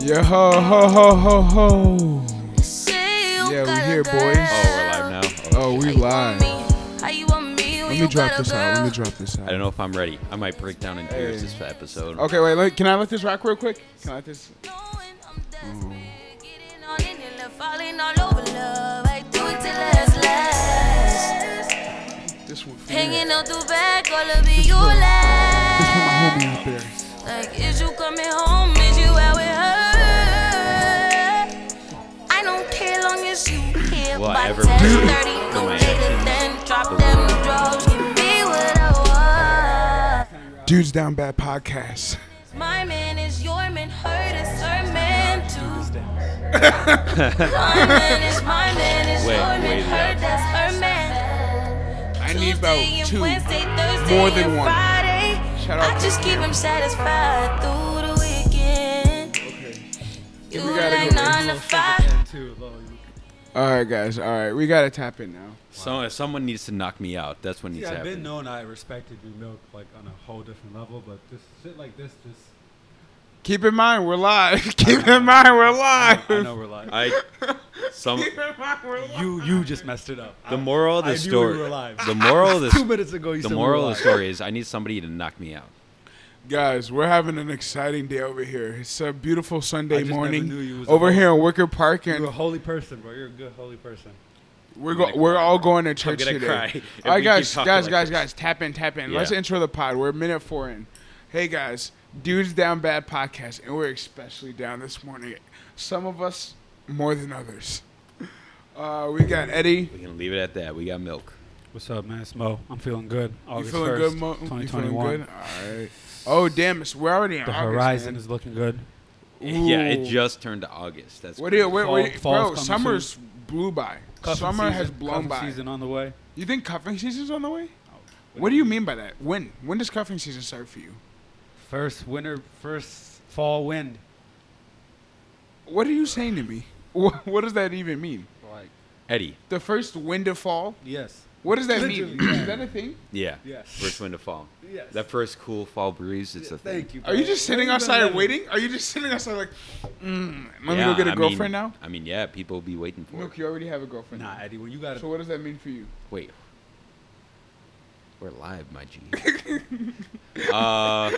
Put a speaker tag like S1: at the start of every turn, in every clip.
S1: Yo ho ho ho ho ho.
S2: Yeah,
S1: Yeah, we here, boys.
S3: Oh, we're live now.
S1: Oh, we live. Let me drop this out. Let me drop this out.
S3: I don't know if I'm ready. I might break down in tears this episode.
S1: Okay, wait. Let, can I let this rock real quick? Can I let this? This one. For me.
S2: Hanging out the back, all of it, you laugh.
S1: This one, my homie out there.
S2: Like, is you coming home? Is you out with her? I don't care long as you here
S3: Will I
S2: by
S3: ever
S2: 10
S3: be
S2: 30. No
S3: my
S2: later
S3: actions?
S2: than drop them drugs. Give me what I want.
S1: Dudes Down Bad podcast.
S2: My man is your man, hurt is her man too. my man is my man is
S3: Wait,
S2: your man,
S3: wait
S2: hurt
S3: up.
S2: that's her man.
S1: I need
S2: Tuesday
S1: about
S2: and
S1: two.
S2: Wednesday, Thursday
S1: More than
S2: and
S1: one.
S2: Friday.
S1: Shout out
S2: I
S1: to
S2: just keep him satisfied through the weekend. You
S1: We gotta
S2: like
S1: go.
S2: nine to five.
S1: All right, guys. All right, we gotta tap in now.
S3: So someone needs to knock me out. That's what needs
S4: Yeah,
S3: to
S4: I've
S3: happen.
S4: been known I respected you, Milk, like on a whole different level, but this shit like this just.
S1: Keep in mind, we're live. Keep in mind, we're live.
S4: I know we're live.
S3: I some
S1: Keep in mind, we're live.
S4: you you just messed it up.
S3: the moral of the
S4: I knew we
S3: story.
S4: were live.
S3: The moral of the
S4: Two minutes ago, you
S3: the
S4: said we
S3: moral
S4: were
S3: of the
S4: live.
S3: story is I need somebody to knock me out.
S1: Guys, we're having an exciting day over here. It's a beautiful Sunday
S4: just never knew you
S1: morning
S4: was a
S1: over
S4: hoe.
S1: here in Wicker Park,
S4: You're a
S1: and
S4: holy person, bro. You're a good holy person.
S1: we're
S3: gonna
S1: go-
S3: cry.
S1: we're all going to church
S3: gonna
S1: today.
S3: cry if
S1: All right,
S3: we keep
S1: guys,
S3: talking
S1: guys,
S3: like
S1: guys,
S3: this.
S1: guys, tap in, tap in. Let's
S3: Yeah.
S1: intro the pod. We're a minute four in. Hey guys, dudes down bad podcast, and we're especially down this morning. Some of us more than others. Uh, we got Eddie.
S3: We can leave it at that. We got milk.
S4: What's up, man? It's Mo. I'm feeling good.
S1: You
S4: August
S1: feeling
S4: 1st,
S1: good, Mo? You feeling
S4: 2021.
S1: good? All right. Oh damn, it's, we're already in
S4: The
S1: August,
S4: horizon
S1: man.
S4: is looking good.
S3: Yeah, it
S1: Ooh.
S3: just turned to August. That's
S1: What do you,
S3: crazy.
S1: wait,
S4: Fall-
S1: wait,
S4: fall's
S1: bro?
S4: coming
S1: Summer's blew by.
S4: Cuffing
S1: Summer
S4: season,
S1: has blown
S4: cuffing
S1: by.
S4: Season Oh, on the way.
S1: You think cuffing season's on the way? What do you mean by that? When? When does cuffing season start for you?
S4: First winter, first fall wind.
S1: What are you saying to me? What, what does that even mean?
S4: Like
S3: Eddie.
S1: The first wind to fall?
S4: yes,
S1: What does that mean?
S4: Literally,
S1: Is that a thing?
S3: Yeah.
S4: Yes.
S3: First wind to fall.
S4: Yes.
S3: That first cool fall breeze. It's a thing.
S4: Thank you.
S1: Are you just sitting
S4: bro. Where you been
S1: outside
S4: living?
S1: waiting? Are you just sitting outside like, mm, let
S3: yeah,
S1: me go get a
S3: I mean-
S1: girlfriend now?
S3: I mean, yeah, people will be waiting for
S1: Look,
S3: it.
S1: you already have a girlfriend.
S4: Nah, Eddie. When you got
S1: So
S4: to
S1: what does that mean for you?
S3: Wait. We're live, my G. uh,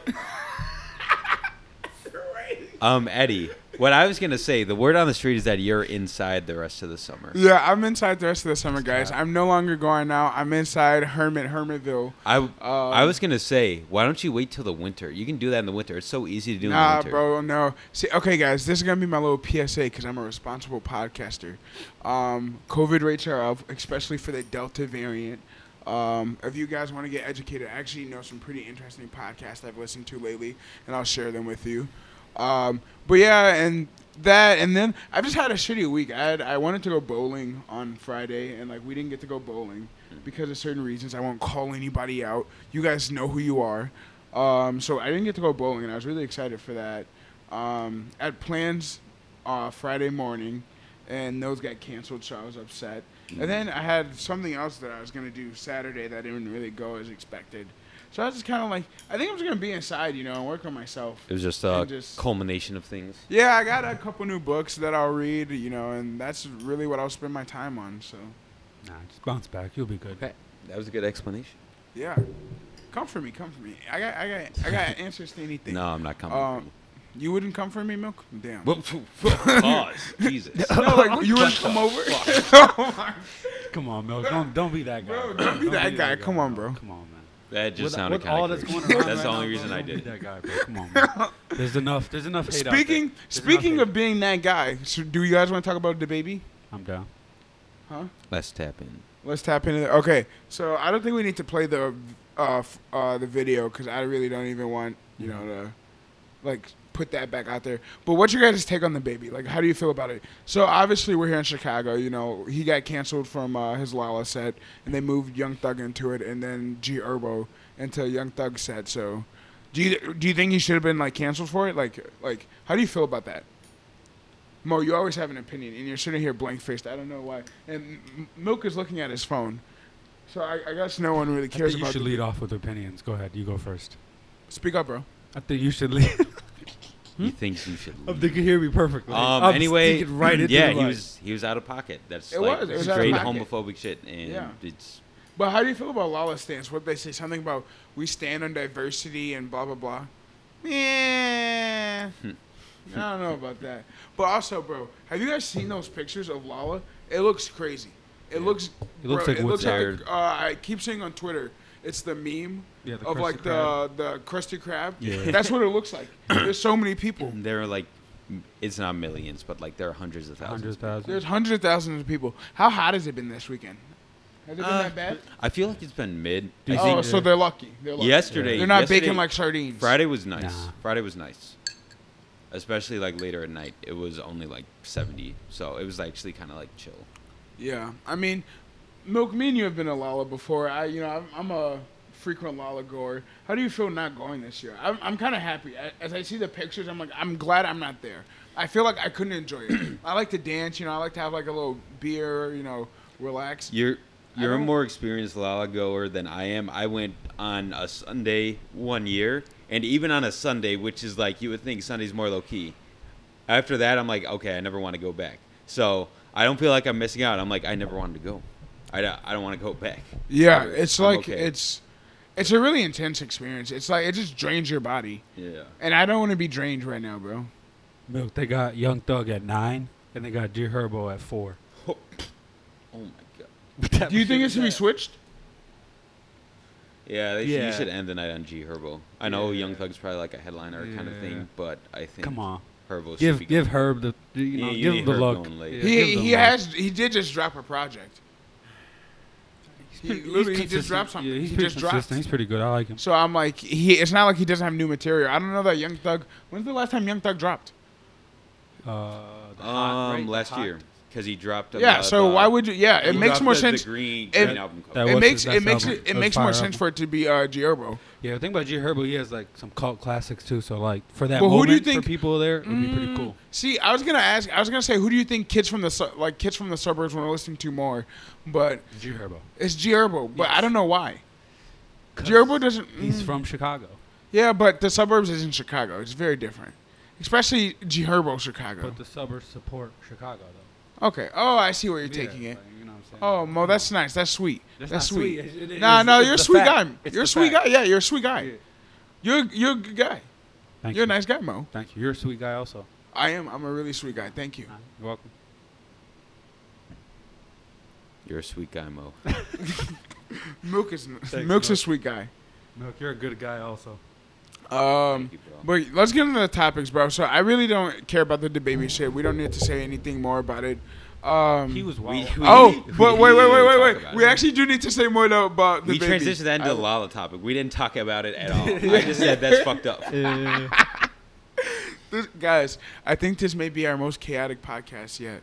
S3: um, Eddie, what I was going to say, the word on the street is that you're inside the rest of the summer.
S1: Yeah, I'm inside the rest of the summer, guys. I'm no longer going out. I'm inside Hermit, Hermitville.
S3: I, I
S4: Um,
S3: was going to say, why don't you wait till the winter? You can do that in the winter. It's so easy to do in the
S1: Nah,
S3: winter.
S1: bro, no. See, okay, guys, this is gonna be my little PSA because I'm a responsible podcaster. Um, COVID rates are up, especially for the Delta variant. Um, if you guys want to get educated, I actually know some pretty interesting podcasts I've listened to lately, and I'll share them with you. Um, but yeah, and that, and then I've just had a shitty week. I had, I wanted to go bowling on Friday, and like we didn't get to go bowling because of certain reasons. I won't call anybody out. You guys know who you are. Um, so I didn't get to go bowling, and I was really excited for that. Um, I had plans uh, Friday morning, and those got canceled, so I was upset.
S3: Mm.
S1: And then I had something else that I was gonna do Saturday that didn't really go as expected. So I was just kind of like, I think I'm just gonna be inside, you know, and work on myself.
S3: It was just a
S1: And just-
S3: culmination of things.
S1: Yeah, I got a couple new books that I'll read, you know, and that's really what I'll spend my time on. So,
S4: Nah, just bounce back. You'll be good.
S3: Okay. That was a good explanation.
S1: yeah, come for me, come for me. I got, I got, I got answers to anything.
S3: No, I'm not coming.
S1: Um, you wouldn't come for me, milk? Damn.
S3: Whoa, whoa, whoa, Pause. Jesus.
S1: no, like you wouldn't come over.
S4: Come on, Milk. Don't don't be that guy.
S1: Bro, don't be that guy. Come on, bro.
S4: Come on, man.
S3: That just
S4: With-
S3: sounded
S4: with all
S3: kind of
S4: that's
S3: That's,
S4: going around right
S3: the
S4: now,
S3: only
S4: bro,
S3: reason I
S4: don't be
S3: did.
S4: That guy, bro. Come on, man. There's enough. There's enough hate out there.
S1: speaking
S4: There's enough
S1: speaking
S4: hate.
S1: of being that guy, so do you guys want to talk about the baby?
S4: I'm down.
S1: Huh?
S3: Let's tap in.
S1: Let's tap into the, okay. So I don't think we need to play the uh, f- uh the video because I really don't even want you know to like put that back out there. But what's your guys' take on the baby? Like, how do you feel about it? So obviously we're here in Chicago. You know, he got canceled from uh, his Lala set, and they moved Young Thug into it, and then G Herbo into Young Thug set. So do you do you think he should have been like canceled for it? Like like how do you feel about that? Mo, you always have an opinion, and you're sitting here blank faced. I don't know why. And M- Milk is looking at his phone, so I, I guess no one really
S4: I
S1: cares
S4: think you
S1: about.
S4: should
S1: the-
S4: lead off with opinions. Go ahead. You go first.
S1: Speak up, bro.
S4: I think you should lead.
S3: He thinks you should.
S5: Um,
S3: Leave.
S5: they could hear me perfectly.
S3: Um,
S5: I'm
S3: anyway,
S5: speaking right into
S3: yeah,
S5: the
S3: he
S5: mic.
S3: was he was out of pocket. That's
S1: It
S3: like
S1: was, it was out of
S3: straight
S1: pocket.
S3: homophobic shit, and
S1: Yeah.
S3: it's
S1: But how do you feel about Lala's stance? What they say something about we stand on diversity and blah blah blah. Yeah,
S4: Hmm.
S1: I don't know about that. But also, bro, have you guys seen those pictures of Lala? It looks crazy. It looks.
S4: It looks
S1: bro,
S4: like
S1: it looks
S4: what's
S1: like.
S3: there.
S1: Uh, I keep seeing on Twitter, it's the meme
S4: Yeah, the
S1: of
S4: Krusty
S1: like
S4: Krab.
S1: the the Krusty Krab.
S4: Yeah. Mm.
S1: That's what it looks like. There's so many people.
S3: there are like it's not millions, but like there are hundreds of thousands.
S4: hundred
S3: of people.
S1: There's
S4: thousand.
S1: hundreds of thousands of people. How hot has it been this weekend? Has it been
S3: Uh,
S1: that bad?
S3: I feel like it's been mid.
S4: Do you
S3: I
S1: oh,
S3: think
S1: so they're lucky. They're lucky.
S3: yesterday.
S1: They're not
S3: yesterday-
S1: baking like sardines.
S3: Friday was nice.
S4: Nah.
S3: Friday was nice. Especially like later at night, it was only like 70, so it was actually kind of like chill.
S1: Yeah, I mean, Milk, me and you have been a Lala before. I, you know, I'm, I'm a frequent Lala goer. How do you feel not going this year? I'm, I'm kind of happy. A- As I see the pictures, I'm like, I'm glad I'm not there. I feel like I couldn't enjoy it. I like to dance, you know. I like to have like a little beer, you know, relax.
S3: You're you're a
S1: don't-
S3: more experienced Lala goer than I am. I went on a Sunday one year, and even on a Sunday, which is like you would think Sunday's more low key. After that, I'm like, okay, I never want to go back. So I don't feel like I'm missing out. I'm like, I never wanted to go. I, don't- I don't want to go back.
S1: Yeah, it's
S3: I'm
S1: like
S3: okay.
S1: it's, it's a really intense experience. It's like it just drains your body,
S3: Yeah.
S1: and I don't want to be drained right now, bro.
S4: Milk. They got Young Thug at nine, and they got G Herbo at four.
S3: Oh, oh my god.
S1: Do you think it should be switched?
S3: Yeah, they should-
S5: Yeah.
S3: you should end the night on G Herbo. I know
S4: Yeah.
S3: Young Thug's probably like a headliner kind of
S4: Yeah.
S3: thing, but I think
S5: Come on,
S3: Herbo should be
S4: Give
S3: going.
S4: give Herb the you
S3: Yeah,
S4: know
S3: you
S4: give
S3: need
S4: him the
S3: Herb
S4: look.
S3: going late.
S4: Yeah, give
S1: He
S4: him
S1: he
S4: the look.
S1: has he did just drop a project. He,
S4: Pretty- he's
S1: literally he just
S4: consistent.
S1: dropped something.
S4: Yeah, he's
S1: he
S4: pretty
S1: just
S4: consistent.
S1: dropped.
S4: He's pretty good. I like him.
S1: So I'm like, he. It's not like he doesn't have new material. I don't know that Young Thug. When's the last time Young Thug dropped?
S4: Uh, the
S3: Um,
S4: hot, right? The
S3: last
S4: hot.
S3: year because he dropped.
S1: yeah.
S3: about,
S1: So
S3: uh,
S1: why would you? Yeah, it
S3: he
S1: makes
S3: dropped
S1: more
S3: the-
S1: sense.
S3: The green,
S1: it-
S3: green album cover.
S4: that
S1: It
S4: was
S1: makes,
S4: his
S1: it
S4: best
S1: makes
S4: album.
S1: it
S4: It was
S1: makes more
S4: fire
S1: sense
S4: album.
S1: for it to be uh, Gierbo.
S4: Yeah, the thing about G Herbo, he has like some cult classics too. So like for that
S1: Well, who
S4: moment,
S1: do you think- Mm.
S4: for people there, it'd be pretty cool.
S1: See, I was gonna ask. I was gonna say, who do you think kids from the su- like kids from the suburbs want to listen to more? But
S4: G Herbo.
S1: it's Gierbo. But I don't know why.
S4: 'Cause
S1: Gierbo doesn't.
S4: He's
S1: mm.
S4: from Chicago,
S1: Yeah, but the suburbs is in Chicago. It's very different. Especially G Herbo Chicago.
S4: but the suburbs support Chicago though.
S1: okay. Oh, I see where you're taking
S4: Yeah,
S1: it.
S4: like, you know what I'm saying?
S1: Oh, Mo, that's nice. That's sweet. That's,
S4: That's not
S1: sweet.
S4: sweet. It- it
S1: nah,
S4: is-
S1: no,
S4: it's
S1: you're a
S4: the
S1: sweet
S4: fact.
S1: guy.
S4: It's
S1: you're a
S4: the
S1: sweet
S4: fact.
S1: guy. Yeah, you're a sweet guy.
S4: Yeah.
S1: You're you're a good guy.
S4: Thank
S1: you're
S4: you.
S1: a nice guy, Mo.
S4: Thank you. You're a sweet guy also.
S1: I am. I'm a really sweet guy. Thank you.
S4: You're welcome.
S3: You're a sweet guy, Mo.
S1: Milk is
S4: Thanks,
S1: Milk's a
S4: Milk.
S1: sweet guy.
S4: Milk, you're a good guy also.
S1: Um,
S3: Thank you, bro.
S1: but let's get into the topics, bro. So I really don't care about the debate shit. We don't need to say anything more about it. Um,
S4: He was
S3: We-
S4: wild.
S3: we-
S1: Oh,
S3: we-
S1: but wait, wait,
S3: we
S1: wait,
S3: talk
S1: wait, wait.
S3: about
S1: We
S3: it.
S1: actually do need to say more though about the
S3: we
S1: baby.
S3: transitioned that into
S1: I-
S3: the Lala topic. We didn't talk about it at all. I just said that's fucked up.
S1: This, guys, I think this may be our most chaotic podcast yet.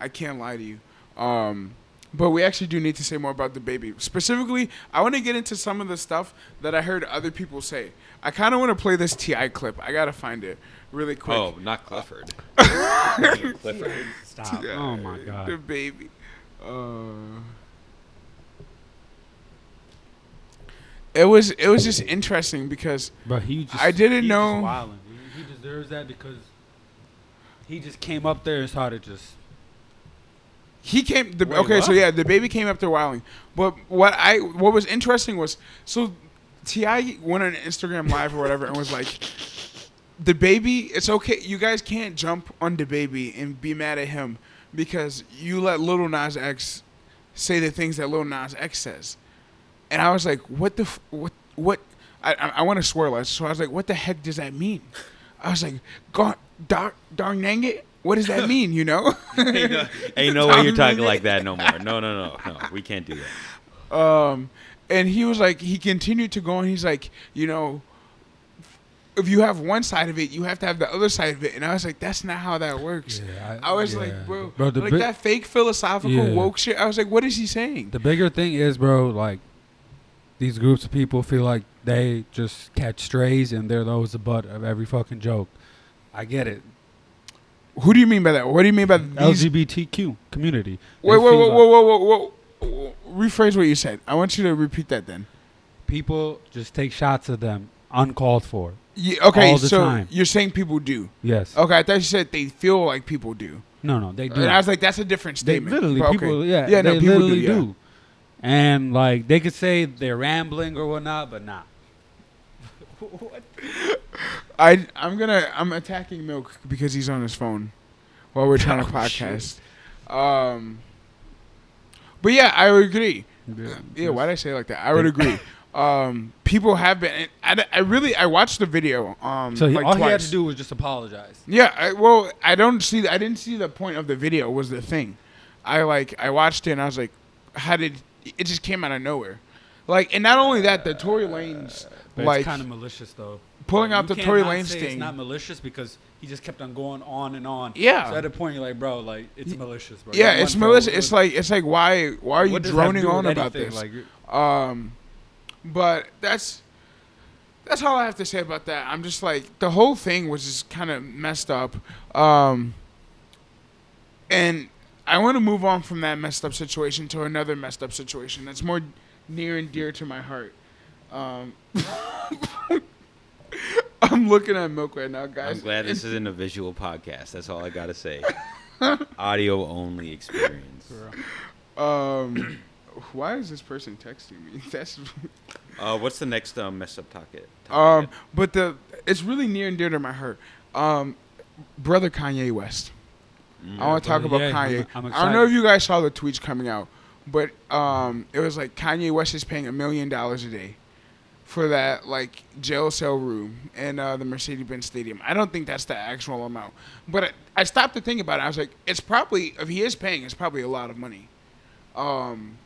S1: I can't lie to you. Um, but we actually do need to say more about the baby. Specifically, I want to get into some of the stuff that I heard other people say. I kind of want to play this TI clip. I got to find it really quick.
S3: Oh, not Clifford. Clifford.
S4: Stop. Oh my
S1: The
S4: god.
S1: baby. Uh, it was it was just interesting because
S4: But he just
S1: I didn't
S4: he
S1: know-
S4: Just wilding. He, he deserves that because he just came up there and started just
S1: He came. The,
S4: Wait,
S1: okay, so
S4: what?
S1: yeah, the baby came after Wilding. But what I what was interesting was so Ti went on Instagram Live or whatever and was like, "The baby, it's okay. You guys can't jump on the baby and be mad at him because you let Little Nas X say the things that Little Nas X says." And I was like, "What the f- what what?" I I, I want to swear less, so I was like, "What the heck does that mean?" I was like, "God, darn, darn dang it." What does that mean, you know?
S3: Ain't no, ain't no way you're talking like that no more. No, no, no, no. We can't do that.
S1: Um, and he was like, he continued to go, and he's like, you know, if you have one side of it, you have to have the other side of it. And I was like, that's not how that works.
S4: Yeah,
S1: I,
S4: I-
S1: was
S4: yeah.
S1: like, bro,
S4: Bro, the
S1: like
S4: bi-
S1: that fake philosophical
S4: Yeah.
S1: woke shit. I was like, what is he saying?
S4: The bigger thing is, bro, like these groups of people feel like they just catch strays and they're always the butt of every fucking joke. I get it.
S1: Who do you mean by that? What do you mean by these?
S4: LGBTQ community. They
S1: wait, wait,
S4: feel
S1: whoa,
S4: like
S1: whoa, whoa, whoa, whoa, whoa. Rephrase what you said. I want you to repeat that then.
S4: People just take shots of them uncalled for.
S1: Yeah, okay,
S4: all the
S1: so
S4: time.
S1: you're saying people do.
S4: Yes.
S1: Okay, I thought you said they feel like people do.
S4: No, no, they do.
S1: And I was like, that's a different
S4: They
S1: statement.
S4: literally
S1: but okay.
S4: people, yeah,
S1: yeah,
S4: they
S1: no, people
S4: literally do,
S1: do. yeah.
S4: and like they could say they're rambling or whatnot, but not.
S1: I I'm gonna I'm attacking Milk because he's on his phone while we're trying to
S4: Oh, shit.
S1: podcast. Um, but yeah, I would agree.
S4: Yeah,
S1: Yeah, why did I say it like that? I would agree. Um, people have been. I, I really I watched the video. Um,
S4: So he,
S1: like
S4: all he had
S1: twice.
S4: to do was just apologize.
S1: Yeah, I, well, I don't see. I didn't see the point of the video. Was the thing, I like. I watched it and I was like, how did it just came out of nowhere? Like, and not only that, the Tory Lanes
S4: But
S1: like
S4: it's kind of malicious though.
S1: pulling
S4: Like,
S1: out
S4: you
S1: the Tory
S4: cannot
S1: Lanez
S4: say It's
S1: thing.
S4: not malicious because he just kept on going on and on.
S1: Yeah.
S4: So at a point you're like, bro, like it's malicious, bro.
S1: yeah,
S4: That
S1: it's
S4: one, bro,
S1: malicious.
S4: what-
S1: It's like it's like why why are you
S4: what does that have to
S1: droning
S4: do
S1: on
S4: with
S1: about
S4: anything?
S1: this?
S4: Like, you're-
S1: Um, but that's that's all I have to say about that. I'm just like the whole thing was just kind of messed up. Um, and I want to move on from that messed up situation to another messed up situation that's more near and dear to my heart. Um, I'm looking at milk right now, guys.
S3: I'm glad this isn't a visual podcast. That's all I gotta say. Audio only experience.
S4: bro.
S1: Um, why is this person texting me? That's
S3: Uh, what's the next um, mess up topic?
S1: Um,
S3: topic?
S1: but the it's really near and dear to my heart. Um, brother Kanye West. I want to talk about
S4: brother, yeah,
S1: Kanye.
S4: I'm- I'm
S1: I don't know if
S4: excited.
S1: you guys saw the tweets coming out, but um, it was like Kanye West is paying a million dollars a day for that like jail cell room in uh, the Mercedes-Benz Stadium. I don't think that's the actual amount, but I, I stopped to think about it. I was like, it's probably if he is paying, it's probably a lot of money. Um,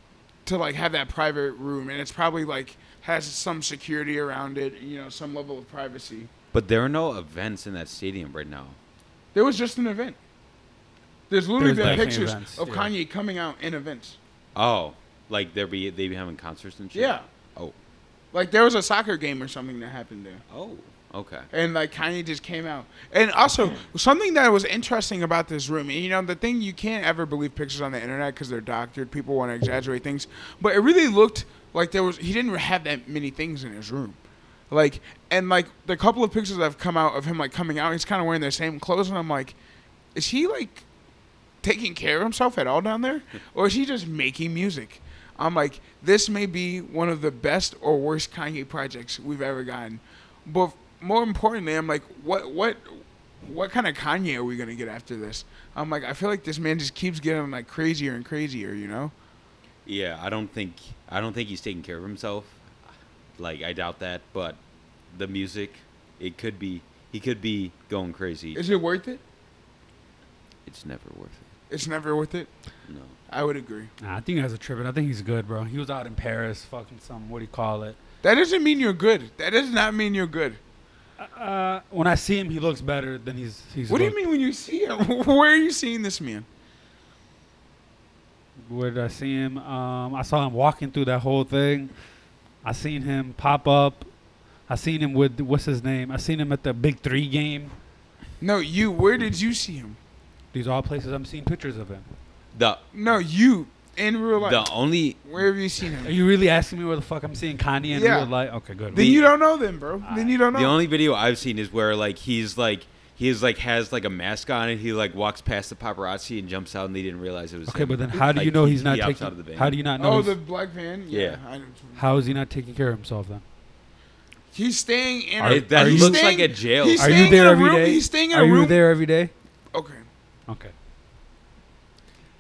S1: to like have that private room, and it's probably like has some security around it, you know, some level of privacy.
S3: but there are no events in that stadium right now.
S1: There was just an event. There's literally
S4: There's
S1: been
S4: definitely
S1: pictures
S4: events,
S1: of
S4: yeah.
S1: Kanye coming out in events.
S3: Oh, like there be they be having concerts and shit.
S1: Yeah.
S3: Oh.
S1: Like there was a soccer game or something that happened there.
S3: Oh. Okay.
S1: And like Kanye just came out. And also something that was interesting about this room, and you know, the thing you can't ever believe pictures on the internet because they're doctored. People want to exaggerate things, but it really looked like there was he didn't have that many things in his room, like and like the couple of pictures that have come out of him like coming out, he's kind of wearing the same clothes, and I'm like, is he like taking care of himself at all down there, or is he just making music? I'm like, this may be one of the best or worst Kanye projects we've ever gotten, but more importantly, I'm like, what what what kind of Kanye are we gonna get after this? I'm like, I feel like this man just keeps getting like crazier and crazier, you know?
S3: Yeah, I don't think I don't think he's taking care of himself. Like I doubt that, but the music, it could be he could be going crazy.
S1: Is it worth it?
S3: It's never worth it.
S1: It's never worth it.
S3: No.
S1: I would agree.
S4: Nah, I think that's a trip, and I think he's good, bro. He was out in Paris, fucking some. What do you call it?
S1: That doesn't mean you're good. That does not mean you're good.
S4: Uh, when I see him, he looks better than he's. he's
S1: What do you
S4: looked.
S1: mean when you see him? Where are you seeing this man?
S4: Where did I see him? Um, I saw him walking through that whole thing. I seen him pop up. I seen him with what's his name? I seen him at the Big Three game.
S1: No, you. Where did you see him?
S4: These are all places I'm seeing pictures of him.
S3: The
S1: No, you in real life.
S3: the only
S1: Where have you seen him?
S4: Are you really asking me where the fuck I'm seeing Kanye in
S1: Yeah.
S4: real life? Okay, good.
S1: then you don't know them, bro. then you don't know.
S3: the only video I've seen is where like he's like he is like has like a mask on and he like walks past the paparazzi and jumps out and they didn't realize it was
S4: okay,
S3: him.
S4: but then how do you
S3: Like,
S4: know
S3: he-
S4: he's not
S3: he opts
S4: taking?
S3: out of the band.
S4: How do you not know?
S1: oh,
S4: he's-
S1: the black van. Yeah.
S3: Yeah.
S1: I-
S4: how is he not taking care of himself then?
S1: he's staying in.
S3: Are-
S1: a,
S3: that
S1: he's
S3: looks
S1: staying-
S3: like a jail.
S1: He's
S4: Are
S1: staying
S4: you there
S1: in a
S4: every day?
S1: room, He's staying in
S4: Are
S1: a
S4: you
S1: room.
S4: there every day?
S1: Okay.
S4: Okay.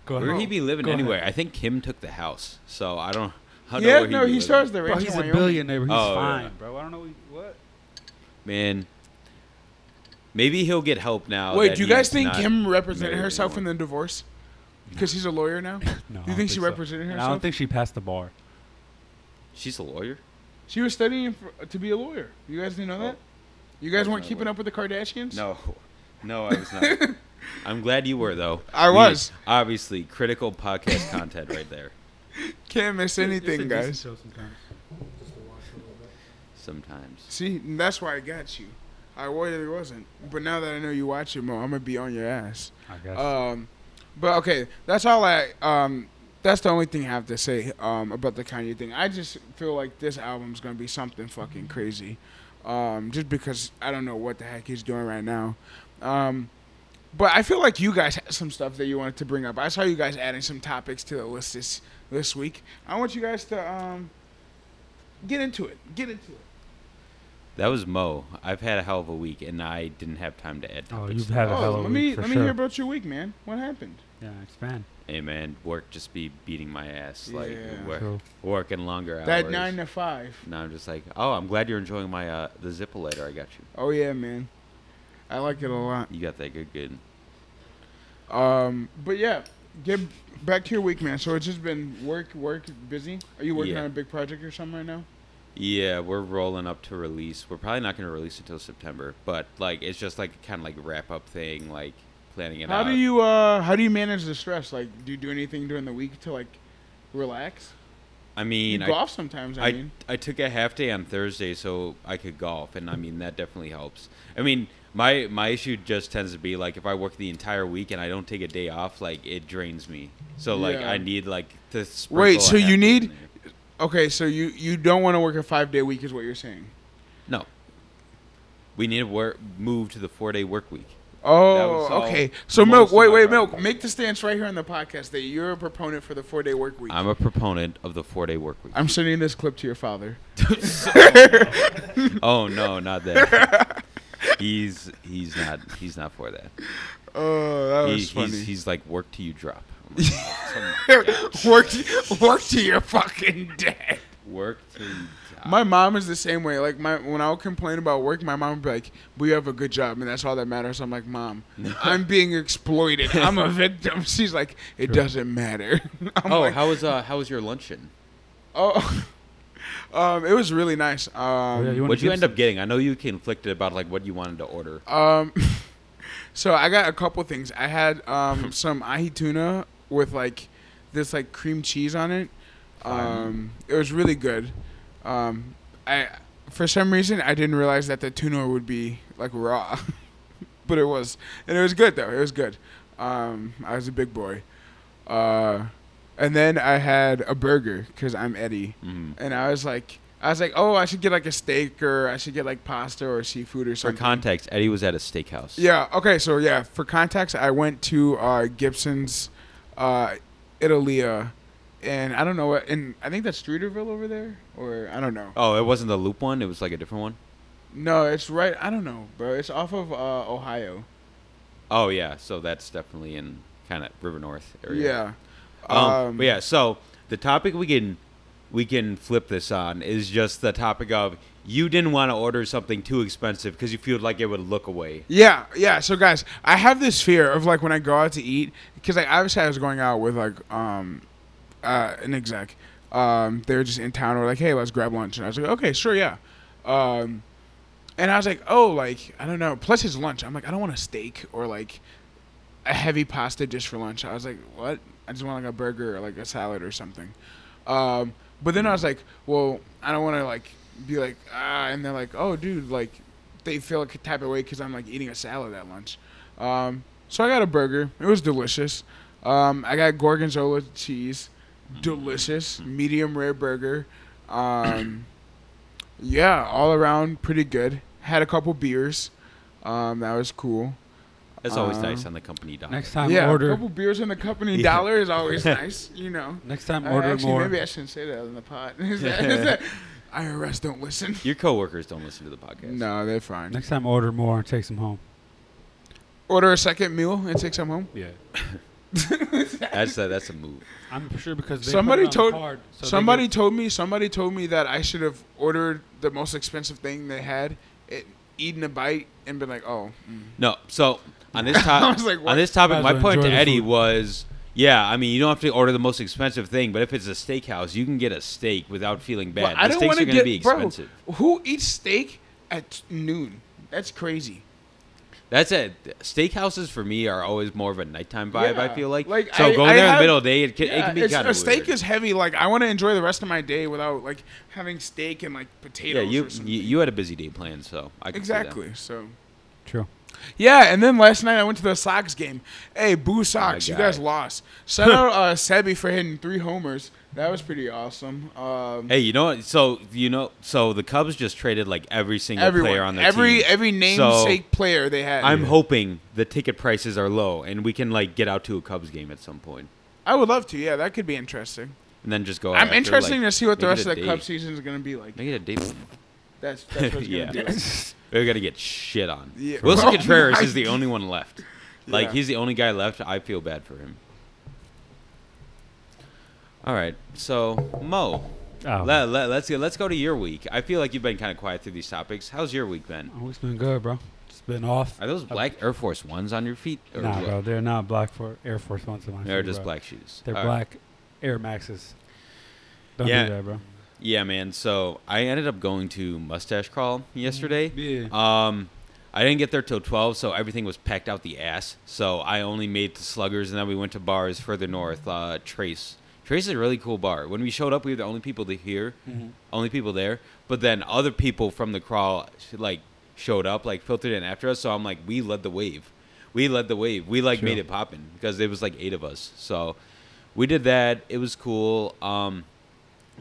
S4: Go ahead.
S3: Where he be living
S4: Go ahead.
S3: anywhere? I think Kim took the house, so I don't. I don't know where
S1: Yeah, no,
S3: be
S1: he
S3: living.
S1: starts the
S4: Bro,
S1: ranch.
S4: he's
S1: in
S4: a
S1: Wyoming.
S4: billionaire. He's
S3: Oh, yeah.
S4: fine, bro. I don't know what.
S3: Man, maybe he'll get help now.
S1: Wait,
S3: that
S1: do you
S3: he's
S1: guys think
S3: not
S1: Kim represented
S3: married
S1: herself
S3: anymore.
S1: in the divorce? Because she's a lawyer now.
S4: No, I
S1: you
S4: don't
S1: think she
S4: so.
S1: represented
S4: And
S1: herself?
S4: I don't think she passed the bar.
S3: She's a lawyer.
S1: she was studying for, to be a lawyer. You guys didn't know that? You guys
S3: I was
S1: weren't
S3: not
S1: keeping
S3: aware.
S1: up with the Kardashians?
S3: No, no, I was not. I'm glad you were though.
S1: I
S3: We-
S1: was.
S3: obviously critical podcast content right there.
S1: Can't miss anything, guys.
S3: Sometimes
S1: See, and that's why I got you. I really wasn't. But now that I know you watch it more, I'm gonna be on your ass.
S4: I guess.
S1: Um, but okay, that's all I. Um, that's the only thing I have to say um, about the Kanye thing. I just feel like this album's gonna be something fucking crazy. um, just because I don't know what the heck he's doing right now. Um, but I feel like you guys had some stuff that you wanted to bring up. I saw you guys adding some topics to the list this this week. I want you guys to um, get into it. Get into it.
S3: That was Mo. I've had a hell of a week, and I didn't have time to add
S4: Oh,
S3: topics.
S4: you've had a hell
S1: Oh,
S4: of a
S1: let
S4: week
S1: me
S4: for
S1: let me
S4: sure.
S1: hear about your week, man. What happened?
S4: yeah, expand.
S3: hey man, work just be beating my ass. Like
S1: Yeah.
S3: work,
S4: True.
S3: working longer hours.
S1: That nine to five.
S3: Now I'm just like, oh, I'm glad you're enjoying my uh, the zippolator I got you.
S1: Oh yeah, man. I like it a lot.
S3: You got that good, good.
S1: Um, but yeah, get back to your week, man. So it's just been work, work, busy. Are you working
S3: Yeah.
S1: on a big project or something right now?
S3: Yeah, we're rolling up to release. We're probably not gonna release until September, but like it's just like kind of like wrap up thing, like planning it
S1: How
S3: out.
S1: do you uh how do you manage the stress? Like, do you do anything during the week to like relax?
S3: I
S1: You
S3: mean, I,
S1: golf sometimes. I,
S3: I
S1: mean,
S3: I took a half day on Thursday so I could golf, and I mean that definitely helps. I mean, my my issue just tends to be like if I work the entire week and I don't take a day off, like it drains me. So like
S1: Yeah.
S3: I need like to
S1: Wait,
S3: sprinkle a
S1: so
S3: half
S1: you
S3: day in
S1: need-
S3: there.
S1: okay. So you you don't want to work a five day week, is what you're saying?
S3: No. We need to work, move to the four day work week.
S1: Oh,
S3: That would solve
S1: okay. So
S3: most
S1: milk,
S3: of
S1: wait,
S3: my
S1: wait,
S3: problems.
S1: milk. Make the stance right here on the podcast that you're a proponent for the four day work week.
S3: I'm a proponent of the four day work week.
S1: I'm sending this clip to your father.
S3: oh no, not that. he's he's not he's not for that.
S1: Oh, that
S3: He,
S1: was funny.
S3: he's he's like work till you drop. I'm like,
S1: work, work to your fucking dead.
S3: work till you drop.
S1: My mom is the same way. Like my when I would complain about work, my mom would be like, "We have a good job, and that's all that matters." I'm like, "Mom, I'm being exploited. I'm a victim." She's like, "It doesn't matter." I'm
S3: oh,
S1: like,
S3: how was uh how was your luncheon?
S1: "Oh." um, it was really nice. Um,
S4: Oh, yeah, you wanna
S3: What'd you
S4: give
S3: end up getting? I know you conflicted about like what you wanted to order.
S1: Um, so I got a couple things. I had um some ahi tuna with like this like cream cheese on it. Um, it was really good. Um, I for some reason I didn't realize that the tuna would be like raw, but it was, and it was good though. It was good. Um, I was a big boy. Uh, and then I had a burger because I'm Eddie
S3: Mm.
S1: and I was like, I was like, oh, I should get like a steak or I should get like pasta or seafood or
S3: For
S1: something.
S3: context, Eddie was at a steakhouse.
S1: yeah. Okay. So yeah, for context, I went to uh, Gibson's, uh, Italia, and I don't know what, and I think that's Streeterville over there, or I don't know.
S3: Oh, it wasn't the loop one. It was like a different one.
S1: No, it's right. I don't know, bro. It's off of uh, Ohio.
S3: Oh yeah, so that's definitely in kind of River North area.
S1: Yeah.
S3: Um, but yeah, so the topic we can we can flip this on is just the topic of you didn't want to order something too expensive because you feel like it would look away.
S1: Yeah, yeah. So guys, I have this fear of like when I go out to eat because like obviously I was going out with like um uh an exec. Um, they were just in town. We're like, hey, let's grab lunch, and I was like, okay, sure, yeah. Um, and I was like, oh, like I don't know. Plus it's lunch. I'm like, I don't want a steak or like a heavy pasta dish for lunch. I was like, what? I just want like a burger or like a salad or something. Um, but then I was like, well, I don't want to like be like ah, and they're like, oh, dude, like they feel like a type of way because I'm like eating a salad at lunch. Um, so I got a burger. It was delicious. Um, I got gorgonzola cheese, delicious medium rare burger. Um, yeah, all around pretty good. Had a couple beers. Um, that was cool.
S3: That's always
S1: Uh,
S3: nice on the company dog.
S4: Next time
S1: yeah, a
S4: order.
S1: couple beers in the company
S3: Yeah.
S1: dollar is always nice, you know.
S4: Next time
S1: Uh,
S4: order
S1: actually,
S4: more.
S1: maybe I shouldn't say that in the pot. Is that- is that- IRS don't listen.
S3: Your coworkers don't listen to the podcast.
S1: No, they're fine.
S4: Next time order more and take some home.
S1: Order a second meal and take some home.
S4: Yeah.
S3: That's a, that's a move.
S4: I'm sure because they
S1: Somebody
S4: put it on
S1: told-
S4: the card, so they
S1: somebody
S4: get-
S1: told me. Somebody told me that I should have ordered the most expensive thing they had, it, eaten a bite, and been like, "Oh, mm.
S3: No, so on this
S1: I
S3: topic,
S1: was like, what?
S3: on this topic,
S4: Might as
S3: my
S4: well
S3: point
S4: enjoy
S3: to
S4: the
S3: Eddie
S4: food.
S3: was, yeah, I mean, you don't have to order the most expensive thing, but if it's a steakhouse, you can get a steak without feeling bad.
S1: Well, I
S3: the
S1: don't
S3: steaks are
S1: want to
S3: going
S1: get
S3: to be
S1: bro.
S3: expensive.
S1: Who eats steak at noon? That's crazy.
S3: That's it. Steakhouses for me are always more of a nighttime vibe. I
S1: Yeah.
S3: feel like,
S1: Like,
S3: so
S1: I-
S3: going
S1: I
S3: there in
S1: have-
S3: the middle of the day, it can, it
S1: Yeah,
S3: can be
S1: it's-
S3: kind
S1: a
S3: of
S1: steak is heavy. Like I want to enjoy the rest of my day without like having steak and like
S3: yeah.
S1: potatoes.
S3: You,
S1: or something.
S3: you you had a busy day planned, so I can see that.
S1: exactly. So
S4: True.
S1: yeah, and then last night I went to the
S3: Oh
S1: Sox game. Hey, boo Sox, you
S3: guy.
S1: guys lost. Shout out uh, Sebi for hitting three homers. That was pretty awesome. Um,
S3: Hey, you know what? So you know, so the Cubs just traded like every single
S1: everyone,
S3: player on their
S1: every
S3: team.
S1: every namesake player they had.
S3: I'm hoping the ticket prices are low and we can like get out to a Cubs game at some point
S1: I would love to. Yeah, that could be interesting.
S3: and then just go.
S1: I'm
S3: after,
S1: interested
S3: like,
S1: to see what the
S3: make
S1: rest
S3: it
S1: of
S3: a
S1: the Cup
S3: day.
S1: season is going to be like.
S3: Make it a date.
S1: That's that's what it's
S3: Yeah.
S1: going to do.
S3: We're gonna get shit on.
S1: Yeah.
S3: Wilson
S1: Oh
S3: Contreras
S1: my
S3: is the only one left. Like
S1: Yeah.
S3: he's the only guy left. I feel bad for him. All right, so Mo,
S4: Oh.
S3: let, let, let's go, let's go to your week. I feel like you've been kind of quiet through these topics. How's your week been?
S4: Oh, it's been good, bro. It's been off.
S3: Are those black Air Force Ones on your feet? Or
S4: Oh. Nah,
S3: what?
S4: bro. They're not black for Air Force Ones. in my
S3: They're
S4: feet,
S3: just
S4: bro.
S3: black shoes.
S4: They're
S3: All right.
S4: black Air Maxes. Don't
S3: Yeah.
S4: do that, bro.
S3: Yeah, man. So I ended up going to Mustache Crawl yesterday.
S4: Mm-hmm. Yeah.
S3: Um, I didn't get there till twelve, so everything was packed out the ass. So I only made to Sluggers, and then we went to bars further north. Uh, Trace. Trace is a really cool bar. When we showed up, we were the only people to here,
S4: Mm-hmm.
S3: only people there. But then other people from the crawl like showed up, like filtered in after us. So I'm like, we led the wave. We led the wave. We like
S4: Sure.
S3: made it poppin' because it was like eight of us. So we did that. It was cool. Um,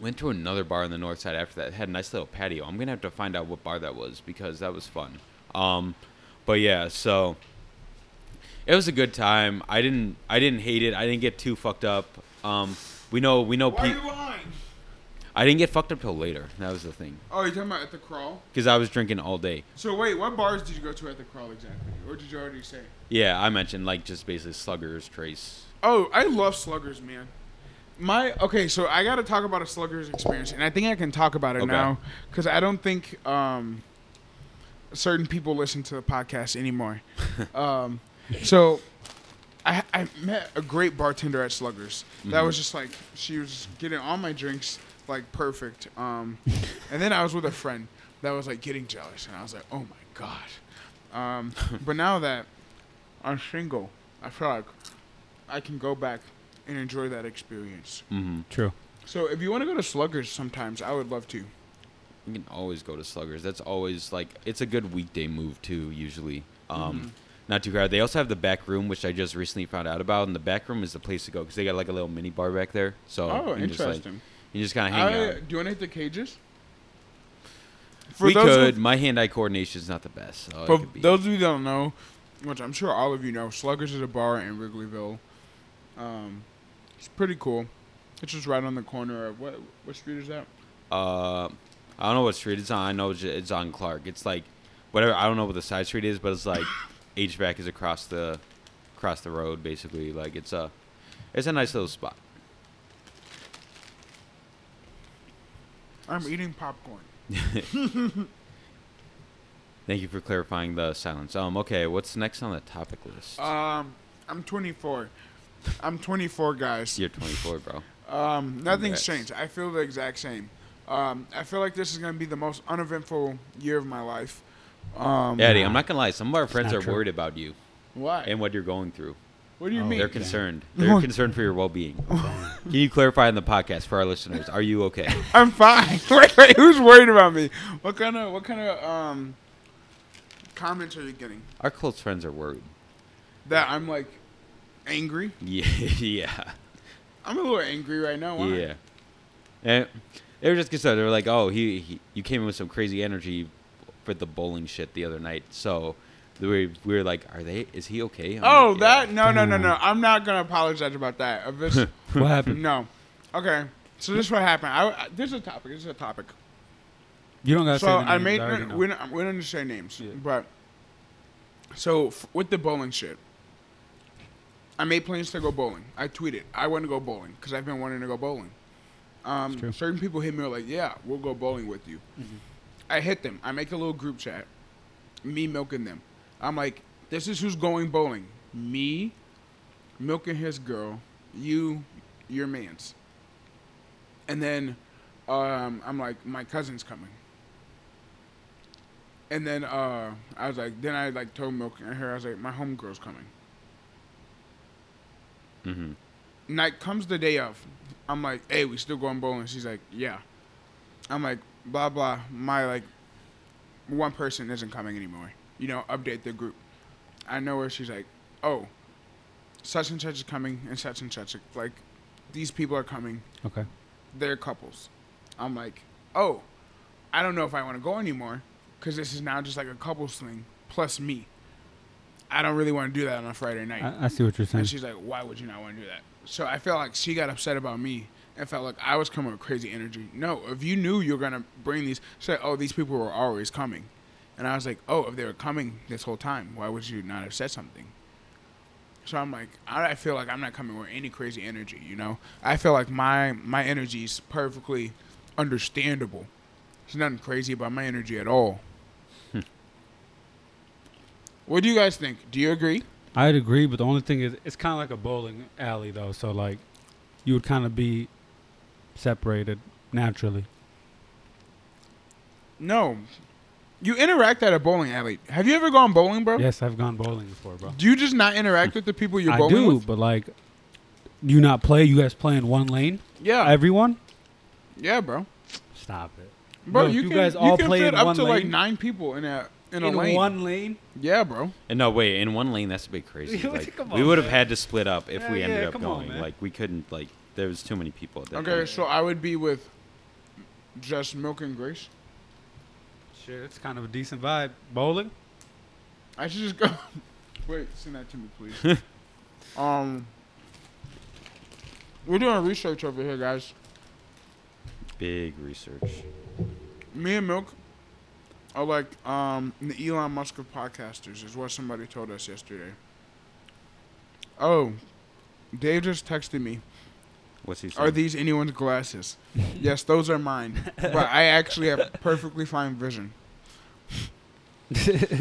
S3: Went to another bar on the north side after that. Had a nice little patio. I'm gonna have to find out what bar that was because that was fun. Um, but yeah, so it was a good time. I didn't I didn't hate it. I didn't get too fucked up. Um, we know we know.
S1: Why are
S3: Pe-
S1: you lying?
S3: I didn't get fucked up till later. That was the thing
S1: Oh, you're talking about at the crawl.
S3: because I was drinking all day.
S1: So wait, what bars did you go to at the crawl exactly, or did you already say?
S3: Yeah, I mentioned like just basically sluggers, trace.
S1: Oh, I love sluggers, man. My okay, so I got to talk about a sluggers experience, and I think I can talk about it
S3: Okay.
S1: now because I don't think um, certain people listen to the podcast anymore. um, so I, I met a great bartender at Sluggers. That was just like she was getting all my drinks like perfect. Um, and then I was with a friend that was like getting jealous, and I was like, oh my god. Um, but now that I'm single, I feel like I can go back and enjoy that experience.
S3: Mm-hmm.
S4: True.
S1: So if you want to go to Sluggers, sometimes I would love to.
S3: You can always go to Sluggers. That's always like it's a good weekday move too. Usually, um,
S1: Mm-hmm.
S3: not too crowded. They also have the back room, which I just recently found out about, and the back room is the place to go because they got like a little mini bar back there. So
S1: Oh,
S3: you can just, like-
S1: interesting.
S3: you just kind of hang
S1: I,
S3: out.
S1: do you want to hit the cages?
S3: we
S1: those
S3: could.
S1: who-
S3: My hand-eye coordination is not the best. So it
S1: For
S3: could be-
S1: those of you that don't know, which I'm sure all of you know, Sluggers is a bar in Wrigleyville. Um, it's pretty cool. It's just right on the corner of what what street is that?
S3: uh, I don't know what street it's on. I know it's it's on Clark. It's like whatever. I don't know what the side street is, but it's like HVAC is across the across the road, basically. Like it's a it's a nice little spot.
S1: I'm eating popcorn.
S3: Thank you for clarifying the silence. Um, okay, what's next on the topic list?
S1: Um, I'm 24. I'm 24, guys.
S3: You're 24, bro.
S1: Um, nothing's
S3: Congrats.
S1: changed. I feel the exact same. Um, I feel like this is gonna be the most uneventful year of my life. Um,
S3: Eddie, I'm not gonna lie. Some of our friends
S4: not
S3: are
S4: true.
S3: worried about you
S1: why?
S3: and what you're going through.
S1: what do you
S4: Oh,
S1: mean?
S3: They're concerned. They're concerned for your well-being. Can you clarify on the podcast for our listeners? Are you okay?
S1: I'm fine. wait, wait, who's worried about me? What kind of what kind of um comments are you getting?
S3: Our close friends are worried.
S1: That I'm like angry.
S3: Yeah, yeah,
S1: I'm a little angry right now. Why?
S3: yeah. And they were just concerned. They were like, "Oh, he, he you came in with some crazy energy for the bowling shit the other night." So we were, we were like, "Are they? Is he okay?" I'm
S1: Oh,
S3: like, "Yeah."
S1: that no no no no. I'm not gonna apologize about that. If it's,
S4: What happened?
S1: no. Okay. So this is what happened. I, I- this is a topic. This is a topic.
S4: You don't got to
S1: so
S4: say the
S1: I
S4: names,
S1: made
S4: already
S1: no,
S4: know.
S1: we don't, we don't say names, but so f- with the bowling shit, I made plans to go bowling. I tweeted I want to go bowling because I've been wanting to go bowling. Um,
S4: true. Mm-hmm.
S1: certain people hit me were like, "Yeah, we'll go bowling with you." I hit them. I make a little group chat. Me milking them. I'm like, "This is who's going bowling." Me, milking his girl. You, your man's. And then um, I'm like, my cousin's coming. And then uh, I was like, then I like told Milk and her, I was like, my homegirl's coming.
S3: Mhm.
S1: Night comes the day of. I'm like, hey, we still going bowling? She's like, yeah. I'm like, blah blah. My like, one person isn't coming anymore. You know, update the group. I know her. She's like, oh, such and such is coming, and such and such. Like, these people are coming
S4: Okay.
S1: they're couples. I'm like, oh, I don't know if I want to go anymore because this is now just like a couples thing plus me. I don't really want to do that on a Friday night.
S4: I, I see what you're saying.
S1: And she's like, why would you not want to do that? So I felt like she got upset about me and felt like I was coming with crazy energy. No, if you knew you were going to bring these, she said, oh, these people were always coming. And I was like, oh, if they were coming this whole time, why would you not have said something? So I'm like, I I feel like I'm not coming with any crazy energy, you know? I feel like my, my energy is perfectly understandable. There's nothing crazy about my energy at all. What do you guys think? Do you agree?
S4: I'd agree, but the only thing is, it's kind of like a bowling alley, though. So like, you would kind of be separated naturally.
S1: No. You interact at a bowling alley. Have you ever gone bowling, bro?
S4: Yes, I've gone bowling before, bro.
S1: Do you just not interact with the people you're
S4: I
S1: bowling
S4: do,
S1: with?
S4: but like, you not play. You guys play in one lane.
S1: Yeah,
S4: Everyone,
S1: yeah, bro.
S4: stop it.
S1: Bro,
S4: No, if
S1: you,
S4: you
S1: can,
S4: guys
S1: you
S4: all
S1: can
S4: play
S1: fit
S4: in
S1: up
S4: one
S1: to like
S4: lane?
S1: nine people in a in, a lane.
S4: lane.
S1: Yeah, bro.
S3: And no, wait. In one lane, that's a bit crazy.
S4: Come
S3: Like,
S4: on,
S3: we would have
S4: man.
S3: had to split up if
S4: Yeah,
S3: we ended
S4: yeah,
S3: up
S4: come on,
S3: going.
S4: man.
S3: like we couldn't. Like there was too many people. At that
S1: Okay,
S3: time.
S1: so I would be with just Milk and Grace.
S4: Shit, it's kind of a decent vibe. Bowling.
S1: I should just go. Wait, send that to me, please. um, we're doing research over here, guys.
S3: big research.
S1: Me and Milk are like um the Elon Musk of podcasters, is what somebody told us yesterday. Oh, Dave just texted me.
S3: What's he saying?
S1: Are these anyone's glasses? yes, those are mine. But I actually have perfectly fine vision.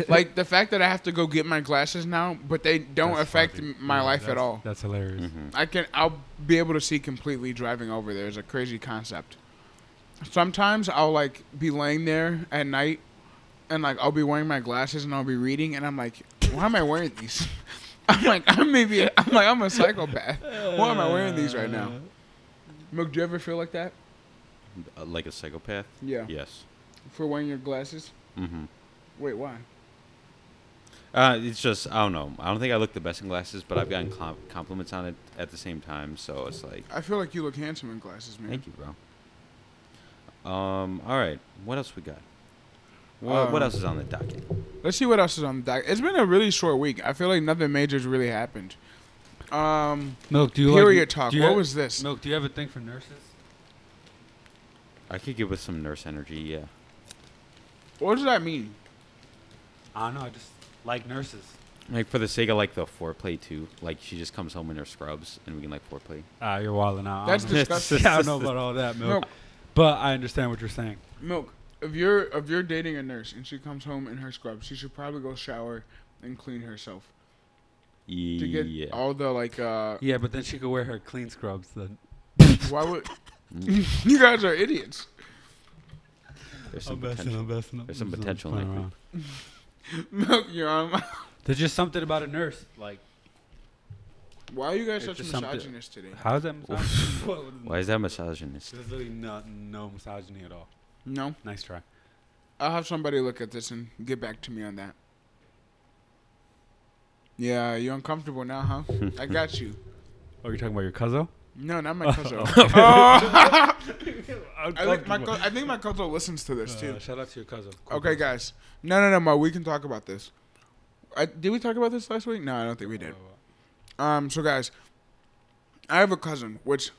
S1: like the fact that I have to go get my glasses now, but they don't
S4: That's
S1: affect
S4: fucking-
S1: m my
S4: yeah,
S1: life at
S4: that's-
S1: all.
S4: That's hilarious.
S3: Mhm.
S1: I can I'll be able to see completely driving over there. It's a crazy concept. Sometimes I'll like be laying there at night and like I'll be wearing my glasses and I'll be reading and I'm like, why am I wearing these? I'm like, I'm maybe I'm like I'm a psychopath. Why am I wearing these right now? Milk, do you ever feel like that?
S3: Uh, like a psychopath?
S1: Yeah.
S3: Yes.
S1: For wearing your glasses?
S3: hmm
S1: Wait, why?
S3: Uh, it's just I don't know. I don't think I look the best in glasses, but I've gotten com- compliments on it at the same time, so it's like,
S1: I feel like you look handsome in glasses, man.
S3: thank you, bro. Um. All right. What else we got? What, what
S1: Um,
S3: else is on the docket?
S1: Let's see what else is on the dock. It's been a really short week. I feel like nothing major's really happened. Um,
S4: Milk, do you
S1: period
S4: like,
S1: talk.
S4: do you
S1: What
S4: have-
S1: was this?
S4: Milk? Do you have a thing for nurses?
S3: I could give with some nurse energy. Yeah.
S1: What does that mean?
S4: I don't know. I just like nurses.
S3: Like for the sake of like the foreplay too. Like she just comes home in her scrubs and we can like foreplay.
S4: Ah, you're wilding out.
S1: That's
S4: I don't know.
S1: disgusting.
S4: Yeah, I don't know about all that, milk.
S1: Milk,
S4: But I understand what you're saying.
S1: milk. If you're if you're dating a nurse and she comes home in her scrubs, she should probably go shower and clean herself to get
S3: Yeah.
S1: all the like. uh
S4: Yeah, but then she could wear her clean scrubs. Then
S1: Why would you guys are idiots?
S3: There's some potential. There's some potential in that group.
S1: Milk, you're on. My,
S4: There's just something about a nurse. Like,
S1: why are you guys
S4: It's
S1: such
S4: just something-
S1: misogynists today?
S4: how is that misogynist?
S3: Why is that misogynist?
S4: There's really no, no misogyny at all.
S1: No,
S4: Nice try.
S1: I'll have somebody look at this and get back to me on that. Yeah, you're uncomfortable now, huh? I got you.
S4: Oh, you're talking about your cousin?
S1: No, not my cousin. Oh. I, think my, cous- I think my cousin listens to this too.
S4: Uh, shout out to your cousin.
S1: Okay, guys. No, no, no, Mo. We can talk about this. I, did we talk about this last week? No, I don't think we did. Um, so guys, I have a cousin, which,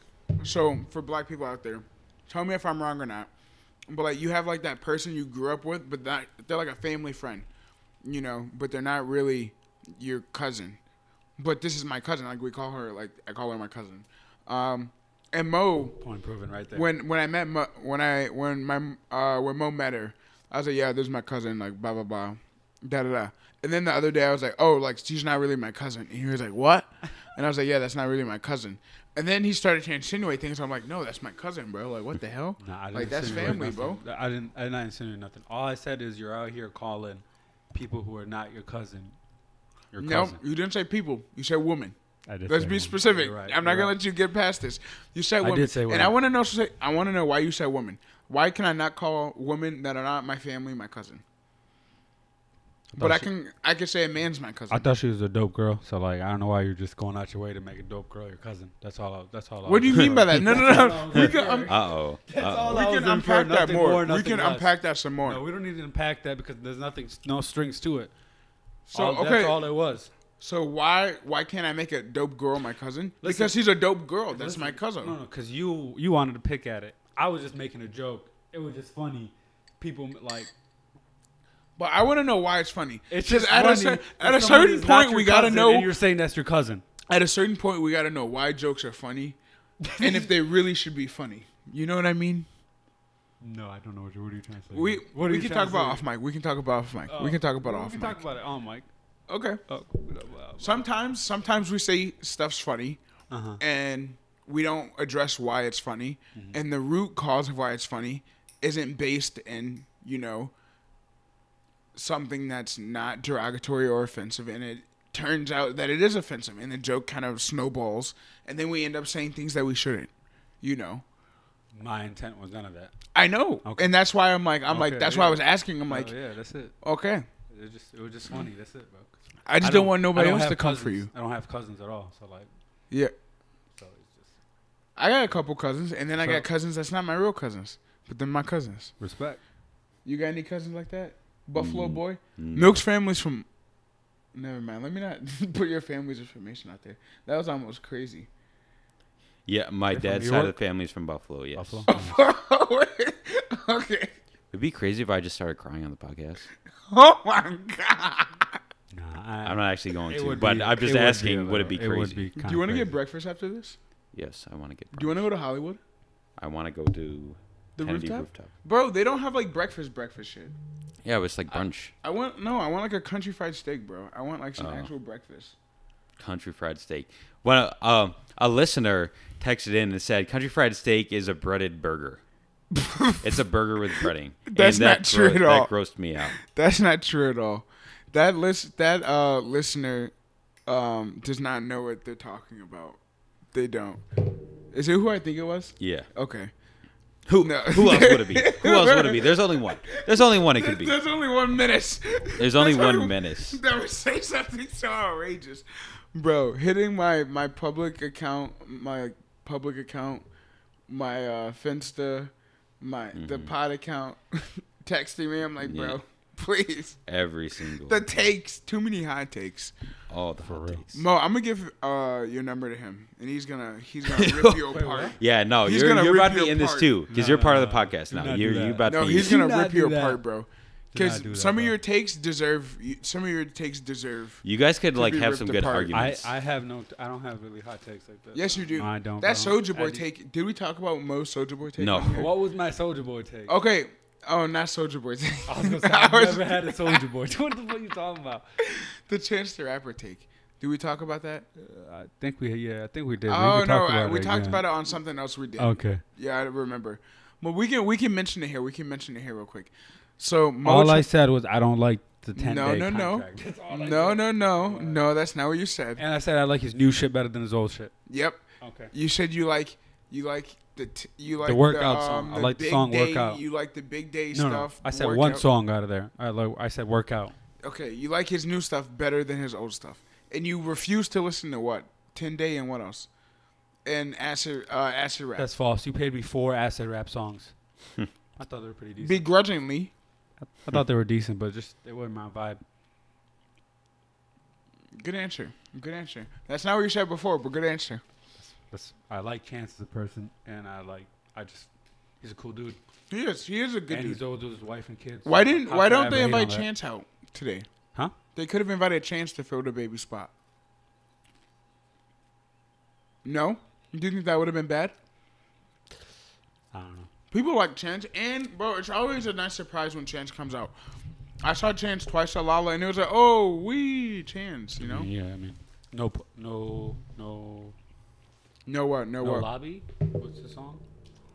S1: so for black people out there, tell me if I'm wrong or not, but like you have like that person you grew up with, but that they're like a family friend, you know, but they're not really your cousin. But this is my cousin. Like we call her, like I call her my cousin. Um, and Mo,
S4: Point proven right there.
S1: when when I met Mo, when I when my uh when Mo met her, I was like, yeah, this is my cousin, like blah blah blah, da da da. And then the other day, I was like, oh, like she's not really my cousin. And he was like, what? And I was like, yeah, that's not really my cousin. And then he started to insinuate things. I'm like, no, that's my cousin, bro. Like, what the hell?
S4: Nah, I didn't
S1: like that's
S4: insinuate
S1: family, bro.
S4: nothing. I didn't. I didn't insinuate nothing. All I said is you're out here calling people who are not your cousin. Your
S1: No,
S4: cousin.
S1: you didn't say people. You said woman.
S4: I did
S1: Let's
S4: say
S1: be
S4: woman.
S1: specific.
S4: You're right,
S1: I'm not
S4: you're
S1: gonna
S4: right.
S1: let you get past this. You said
S4: I
S1: woman,
S4: did say
S1: and
S4: woman.
S1: I want to know. say- I want to know why you said woman. Why can I not call women that are not my family my cousin? But I
S4: she-
S1: can I can say a man's my cousin.
S4: I thought she was a dope girl, so like I don't know why you're just going out your way to make a dope girl your cousin. That's all. I, that's all. I
S1: what do you mean by that? No, no, no. we can, um,
S3: Uh oh.
S4: all
S1: we
S4: I
S1: can
S4: was in for,
S1: unpack that
S4: nothing
S1: more.
S4: more,
S1: we
S4: nothing
S1: can
S4: less.
S1: unpack that some more.
S4: No, we don't need to unpack that because there's nothing, no strings to it.
S1: so
S4: All-
S1: okay,
S4: that's all it was.
S1: so why why can't I make a dope girl my cousin?
S4: Listen.
S1: because he's a dope girl. That's my cousin.
S4: No, no, because you you wanted to pick at it. I was just making a joke. It was just funny. People like
S1: But I want to know why it's funny.
S4: it's
S1: 'Cause
S4: just
S1: at a,
S4: funny
S1: cer-
S4: that
S1: at a
S4: someone
S1: certain
S4: is not
S1: point
S4: your
S1: we gotta
S4: cousin
S1: know.
S4: And you're saying that's your cousin.
S1: At a certain point we gotta know why jokes are funny, and if they really should be funny. You know what I mean?
S4: No, I don't know what you're. What are you trying to say?
S1: We
S4: what are
S1: we
S4: you
S1: can
S4: trying
S1: talk
S4: to
S1: about off
S4: say?
S1: mic. We can talk about off mic.
S4: Oh,
S1: we can talk about
S4: we
S1: off
S4: can
S1: mic.
S4: talk about it on mic.
S1: okay.
S4: Oh,
S1: Sometimes sometimes we say stuff's funny,
S4: uh-huh. Mm-hmm.
S1: and we don't address why it's funny and the root cause of why it's funny isn't based in you know something that's not derogatory or offensive and it turns out that it is offensive and the joke kind of snowballs and then we end up saying things that we shouldn't you know
S4: My intent was none of that.
S1: i know
S4: Okay.
S1: and that's why i'm like i'm like
S4: Okay,
S1: that's
S4: yeah.
S1: why i was asking i'm like
S4: oh, yeah, that's it.
S1: okay
S4: It just it was just funny. That's it, bro.
S1: i just don't, want nobody else to come for you
S4: I don't have cousins at all, so like,
S1: yeah
S4: so it's just
S1: i got a couple cousins and then i
S4: So-
S1: got cousins that's not my real cousins but they're my cousins
S4: respect.
S1: You got any cousins like that? Buffalo boy?
S3: Mm.
S1: Milk's family's from. Never mind. Let me not put your family's information out there. That was almost crazy.
S3: Yeah, my
S4: from
S3: dad's
S4: New
S3: side of the
S4: York?
S3: family's from Buffalo. Yes.
S1: okay.
S3: It'd be crazy if I just started crying on the podcast.
S1: Oh my god.
S4: nah,
S3: I'm not actually going
S4: It
S3: to,
S4: would
S3: but
S4: be-
S3: I'm just
S4: it would be
S3: asking.
S4: a
S3: would it be
S4: little-
S3: crazy?
S1: Do you want to
S4: kinda
S1: get
S4: crazy.
S1: breakfast after this?
S3: Yes, I want to get.
S1: Do you want to go to Hollywood?
S3: I want to go to
S1: The
S3: Kennedy
S1: rooftop? Bro, they don't have like breakfast breakfast shit.
S3: Yeah, it was like brunch,
S1: I want no, I want like a country fried steak, bro. I want like some
S3: Oh.
S4: Uh.
S1: actual breakfast.
S3: country fried steak. Well, um, a listener texted in and said, "Country fried steak is a breaded burger. it's a burger with breading." And
S1: That's not true at all.
S3: That grossed me out.
S1: That's not true at all. That list that uh listener um does not know what they're talking about. They don't. Is it who I think it was?
S3: Yeah.
S1: Okay.
S3: Who?
S1: No.
S3: Who else would it be? Who else would it be? There's only one. There's only one it could be.
S1: There's only one menace.
S3: There's only one menace.
S1: That would say something so outrageous, bro. Hitting my my public account, my public account, my uh, Finsta, my the pod account, texting me. I'm like,
S3: Mm-hmm. Yeah.
S1: bro, please.
S3: Every single.
S1: The takes, too many high takes.
S3: all the hot
S4: real.
S3: takes.
S1: Mo, I'm gonna give uh, your number to him, and he's gonna he's gonna rip you apart.
S3: Yeah, no,
S1: He's
S3: you're,
S1: gonna
S3: you're
S1: rip
S3: about to
S1: you
S3: be in this
S1: apart.
S3: too because
S4: No,
S3: you're
S4: no,
S3: part of
S4: no,
S3: the podcast
S4: do
S3: now.
S4: not
S3: You're
S4: do
S3: you
S4: that.
S3: about
S1: No,
S3: to be.
S1: he's
S4: Do
S1: gonna
S4: not
S1: rip you
S4: do that.
S1: apart, bro.
S4: Do not
S1: Because
S4: do that,
S1: some of
S4: bro.
S1: your takes deserve you- some of your takes deserve.
S3: you guys could like
S1: be
S3: have
S1: ripped
S3: some good
S1: apart.
S4: I,
S3: arguments.
S4: I have no. T- I don't have really hot takes like that.
S1: Yes,
S4: bro.
S1: you do.
S4: No, I don't.
S1: That
S4: bro.
S1: Soldier Boy
S4: I just-
S1: take. Did we talk about Mo's Soldier Boy take?
S3: No.
S1: on here?
S4: What was my Soldier Boy take?
S1: Okay. Oh, not Soldier Boy take.
S4: I was gonna say
S1: I
S4: I've
S1: was-
S4: never had a Soldier Boy. what the fuck you talking about?
S1: the Chance the Rapper take. Did we talk about that?
S4: Uh, I think we. Yeah, I think we did.
S1: oh no, I- we talked about it on something else we did.
S4: Okay.
S1: Yeah, I remember. Well, we can we can mention it here. We can mention it here real quick. So Mo
S4: all I
S1: tra-
S4: said was I don't like the ten
S1: No,
S4: day
S1: no, no.
S4: contract. That's all I
S1: No,
S4: said.
S1: no, no, no. That's not what you said.
S4: And I said I like his new shit better than his old shit.
S1: Yep,
S4: Okay.
S1: you said you like you like the t- you like
S4: workout song. I like the
S1: big
S4: song
S1: day,
S4: workout.
S1: You like the big day
S4: No, no.
S1: stuff.
S4: I said
S1: workout.
S4: one song out of there. I like. I said workout.
S1: Okay, you like his new stuff better than his old stuff, and you refuse to listen to what Ten Day and what else, and acid uh, acid rap
S4: That's false. You paid me four acid rap songs. I thought they were pretty decent.
S1: begrudgingly.
S4: I thought they were decent, but just they weren't my vibe.
S1: Good answer. Good answer. That's not what you said before, but good answer.
S4: That's, I like Chance as a person, and I like I just he's a cool dude,
S1: He is. He is a good
S4: and he's
S1: dude.
S4: old with his wife and kids.
S1: Why didn't?
S4: How
S1: Why
S4: could I
S1: don't
S4: ever
S1: they
S4: hate on
S1: invite
S4: that?
S1: Chance out today?
S4: Huh?
S1: They could have invited Chance to fill the baby spot. No? Do you think that would have been bad?
S4: I don't know.
S1: People like Chance, and bro, it's always a nice surprise when Chance comes out. I saw Chance twice at Lala, and it was like, oh, we Chance, you
S4: I mean,
S1: know?
S4: Yeah, I mean, no, p- no, no,
S1: No what? No,
S4: no
S1: what?
S4: lobby. What's the song?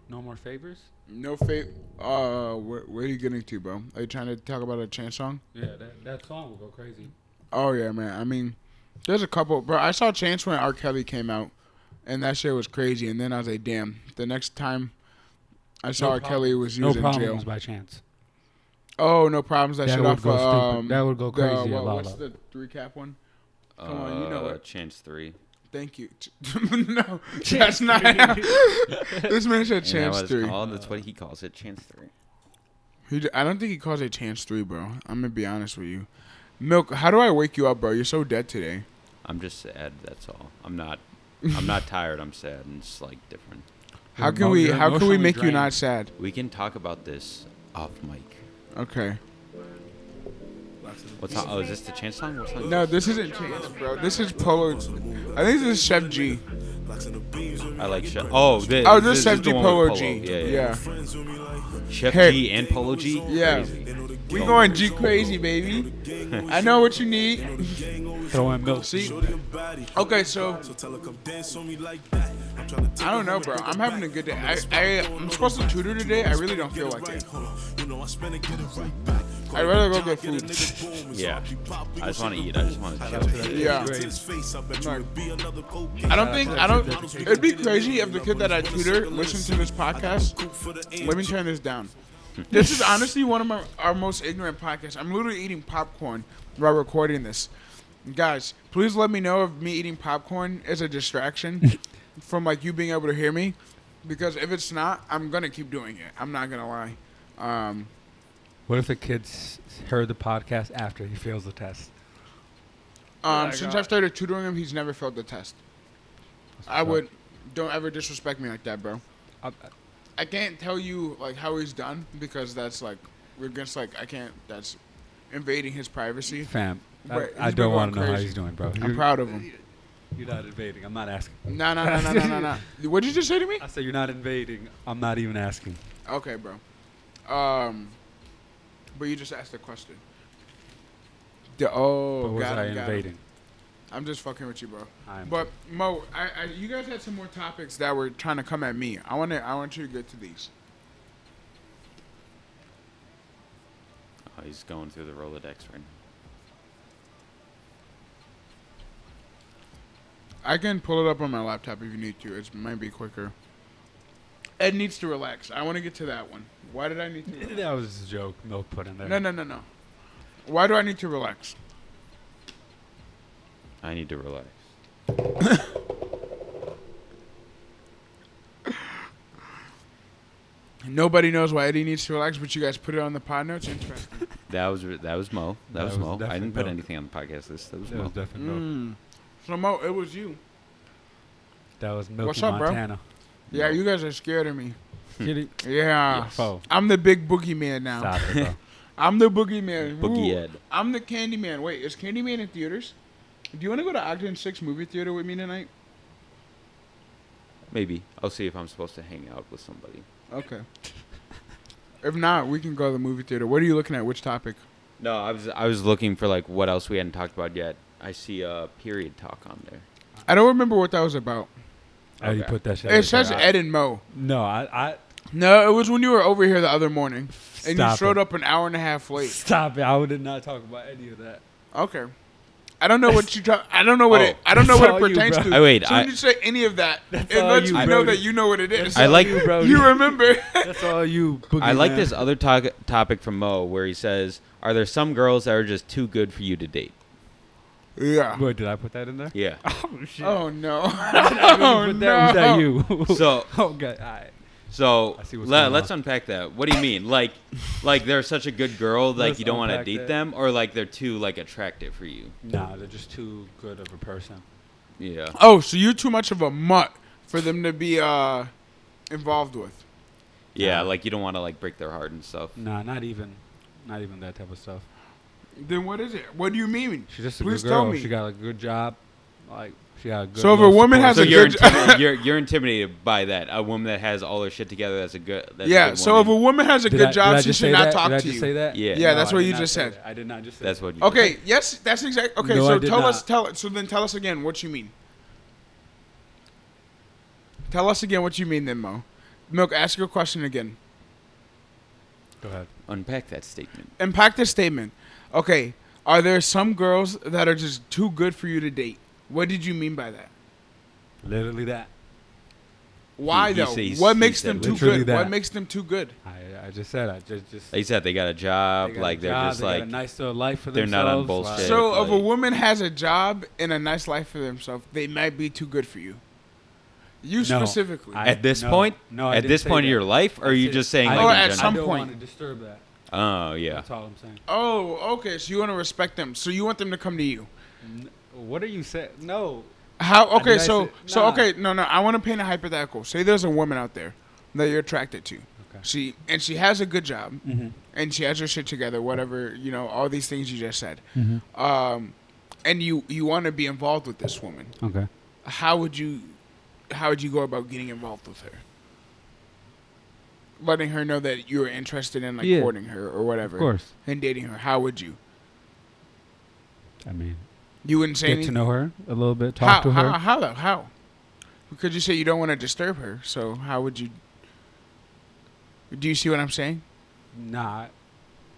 S4: No more favors.
S1: No fate. Uh, where, where are you getting to, bro? Are you trying to talk about a Chance song?
S4: Yeah, that that song will go crazy.
S1: Oh yeah, man. I mean, there's a couple, bro. I saw Chance when R. Kelly came out, and that shit was crazy. And then I was like, damn. The next time I saw
S4: No
S1: R. Kelly was he
S4: No
S1: was in jail.
S4: problems by chance.
S1: Oh, no problems. That,
S4: That
S1: shit
S4: would
S1: off
S4: go
S1: of,
S4: stupid.
S1: um,
S4: That would go
S1: the-
S4: crazy
S1: what-
S4: at
S1: what's
S4: Lala.
S1: the recap one? Come on, you know
S3: Uh,
S1: it.
S3: Chance three.
S1: Thank you. no, that's not. this man
S3: Ain't
S1: said
S3: that
S1: chance
S3: what it's
S1: three.
S3: called? That's what he calls it. Chance three.
S1: He, d- I don't think he calls it chance three, bro. I'm gonna be honest with you. Milk, how do I wake you up, bro? You're so dead today.
S3: I'm just sad. That's all. I'm not. I'm not tired. I'm sad, and it's like different.
S1: How
S4: You're
S1: can
S4: emo-
S1: we?
S4: you're
S1: How can we
S4: emotionally
S1: make you
S4: drained.
S1: not sad?
S3: We can talk about this off mic.
S1: Okay.
S3: What's on? Oh, is this the Chance song? What's on?
S1: No, this isn't chance, bro. This is Polo. I think this is Chef G.
S3: I like Chef. Oh, this,
S1: Oh, this is
S3: is
S1: Chef
S3: the
S1: G
S3: one with
S1: Polo G.
S3: Yeah, yeah.
S1: Yeah.
S3: Chef
S1: Hey.
S3: G and Polo G.
S1: Yeah.
S3: Crazy.
S1: We going G crazy, baby. I know what you need.
S4: Throw in milk.
S1: See. Okay, so I don't know, bro. I'm having a good day. I, I I'm supposed to tutor today. I really don't feel like it. I'd rather go get food.
S3: Yeah. I just want to eat. I just want to chill.
S1: Yeah. Like, I don't think I don't. It'd be crazy if the kid that I tutor listened to this podcast. Let me turn this down. This is honestly one of my our most ignorant podcasts. I'm literally eating popcorn while recording this. Guys, please let me know if me eating popcorn is a distraction from like you being able to hear me, because if it's not, I'm gonna keep doing it. I'm not gonna lie. Um,
S4: What if the kids heard the podcast after he fails the test?
S1: Um, since I've started tutoring him, he's never failed the test. I would. Don't ever disrespect me like that, bro.
S4: I-
S1: I can't tell you like how he's done because that's like we're against like I can't. That's invading his privacy.
S4: Fam,
S1: Right,
S4: I,
S1: he's
S4: I
S1: been
S4: don't
S1: going
S4: want to know how
S1: crazy.
S4: he's doing, bro.
S1: I'm proud of him.
S4: You're not invading. I'm not asking.
S1: No, no, no, no, no, no, no. What'd you just say to me?
S4: I said you're not invading. I'm not even asking.
S1: Okay, bro. Um, but you just asked a question. The, oh,
S4: But was
S1: got
S4: I
S1: him, got him.
S4: invading?
S1: I'm just fucking with you, bro.
S4: I'm-
S1: But Mo, I, I, you guys had some more topics that were trying to come at me. I want to, I want you to get to these.
S3: Oh, he's going through the Rolodex right now.
S1: I can pull it up on my laptop if you need to. It might be quicker. Ed needs to relax. I want to get to that one. Why did I need to? Relax?
S4: that was a joke. Milk put in there.
S1: No, no, no, no. Why do I need to relax?
S3: I need to relax.
S1: Nobody knows why Eddie needs to relax, but you guys put it on the pod notes. Interesting.
S3: That was that was Mo. That,
S4: That
S3: was,
S4: was
S3: Mo. I
S4: definitely
S3: didn't put
S4: Mo.
S3: anything on the podcast list. That was
S4: That
S3: Mo.
S4: was definitely
S1: Mm.
S4: milk.
S1: So Mo, it was you.
S4: That was Milky
S1: Mm. What's up, bro?
S4: Montana.
S1: Yeah, you guys are scared of me.
S4: Get it?
S1: Yeah.
S4: Oh.
S1: I'm the big boogeyman now.
S4: Stop it, bro.
S1: I'm the boogeyman.
S3: Boogie
S1: Ooh,
S3: Ed.
S1: I'm the Candyman. Wait, is Candyman in theaters? Do you want to go to Ogden Six movie theater with me tonight?
S3: Maybe I'll see if I'm supposed to hang out with somebody.
S1: Okay. if not, we can go to the movie theater. What are you looking at? Which topic?
S3: No, I was I was looking for like what else we hadn't talked about yet. I see a uh, period talk on there.
S1: I don't remember what that was about.
S4: I already
S3: Okay.
S4: put that shit.
S1: It
S4: out
S1: says
S4: there.
S1: Ed and Mo.
S4: No, I. I
S1: No, it was when you were over here the other morning, and you
S4: Stop
S1: showed
S4: it.
S1: up an hour and a half late.
S4: Stop it. I did not talk about any of that.
S1: Okay. I don't know what you. Ta- I don't know what it.
S3: Oh.
S1: I don't know
S4: It's
S1: what it
S4: all you,
S1: pertains
S4: bro.
S1: to.
S3: I- wait,
S1: So when
S3: I-
S1: you say any of that,
S4: That's
S1: it
S4: all
S1: lets
S4: you,
S1: me know
S4: Brody.
S1: that you know what it is.
S3: I like
S4: you, bro.
S1: You remember?
S4: That's all you.
S3: I like
S4: boogeyman.
S3: this other to- topic from Mo where he says, "Are there some girls that are just too good for you to date?"
S1: yeah.
S4: Wait, did I put that in there?
S3: Yeah.
S4: Oh shit.
S1: Oh no.
S4: I really
S1: oh
S4: put that, was that
S1: no.
S4: you?
S3: So-
S4: okay, all right.
S3: So
S4: I see what's
S3: le-
S4: going
S3: let's
S4: on.
S3: unpack that. What do you mean? Like, like they're such a good girl, like
S4: Let's
S3: you don't want to
S4: unpack
S3: date
S4: that.
S3: them, or like they're too like attractive for you.
S4: Nah, they're just too good of a person.
S3: Yeah.
S1: Oh, so you're too much of a mutt for them to be uh, involved with.
S3: Yeah, like you don't want to like break their heart and stuff.
S4: Nah, not even, not even that type of stuff.
S1: Then what is it? What do you mean?
S4: She's just a
S1: Please
S4: good
S1: tell
S4: girl.
S1: me.
S4: She got a good job. Like she got a good.
S1: So if a
S4: little
S1: woman has
S4: support
S3: So
S1: a
S3: you're
S4: system.
S1: good-
S3: intimi- you're you're intimidated by that a woman that has all her shit together. That's a good. That's a
S1: yeah.
S3: good
S1: So if a
S3: woman.
S1: woman has a
S4: Did
S1: good
S4: I- did I
S1: job, she
S4: just
S1: should
S4: say
S1: not
S4: that?
S1: talk
S4: did I
S1: to
S4: just
S1: you.
S4: Say that?
S3: Yeah.
S1: Yeah, that's
S4: I
S1: what
S4: did
S1: you
S4: not
S1: just
S4: say
S1: said.
S4: that. I did not just say
S3: that's
S4: that.
S3: what you.
S1: Okay. Yes, that's exact. Okay.
S4: No, I
S1: so
S4: did
S1: tell us.
S4: not.
S1: Tell it. So then tell us again what you mean. Tell us again what you mean, then Mo. Milk, ask your question again.
S4: Go ahead.
S3: Unpack that statement.
S1: Impact the statement. Okay. Are there some girls that are just too good for you to date? What did you mean by that?
S4: Literally that.
S1: Why
S3: He- he
S1: though?
S3: says-
S1: what
S3: he
S1: makes
S3: said
S1: them too
S4: literally
S1: good?
S4: that.
S1: What makes them too good?
S4: I, I just said I just just
S3: They said they got a job,
S4: they got a
S3: like they're
S4: job,
S3: just
S4: they
S3: like
S4: got a nice little life for
S3: they're not on
S4: themselves,
S3: bullshit.
S4: like-
S3: So-
S1: So if a
S3: like-
S1: woman has a job and a nice life for themselves, they might be too good for you. You
S4: No,
S1: specifically.
S4: I-
S3: at this
S4: no,
S3: point.
S4: no, I
S3: at
S4: didn't
S3: this
S4: say
S3: point in
S4: that.
S3: your life, or are you
S4: said-
S3: just saying?
S4: I-
S3: like,
S1: Or
S3: in
S1: at
S3: general?
S1: some
S4: I don't
S1: point.
S4: want to disturb that.
S3: Oh yeah.
S4: That's all I'm saying.
S1: oh, okay. So you want to respect them. So you want them to come to you.
S4: What are you saying? No.
S1: How? Okay.
S4: did I
S1: So
S4: say-
S1: so
S4: Nah.
S1: okay. No, no. I want to paint a hypothetical. Say there's a woman out there that you're attracted to.
S4: Okay.
S1: She and she has a good job,
S4: Mm-hmm.
S1: and she has her shit together. Whatever you know, all these things you just said.
S4: Mhm.
S1: Um, and you you want to be involved with this woman.
S4: Okay.
S1: how would you how would you go about getting involved with her letting her know that you're interested in like
S4: Yeah.
S1: courting her or whatever
S4: Of course.
S1: and dating her how would you
S4: I mean,
S1: you wouldn't say
S4: get to
S1: anything
S4: know her a little bit, talk
S1: how,
S4: to her.
S1: how how though how because you say you don't want to disturb her so how would you do you see what i'm saying
S4: Nah.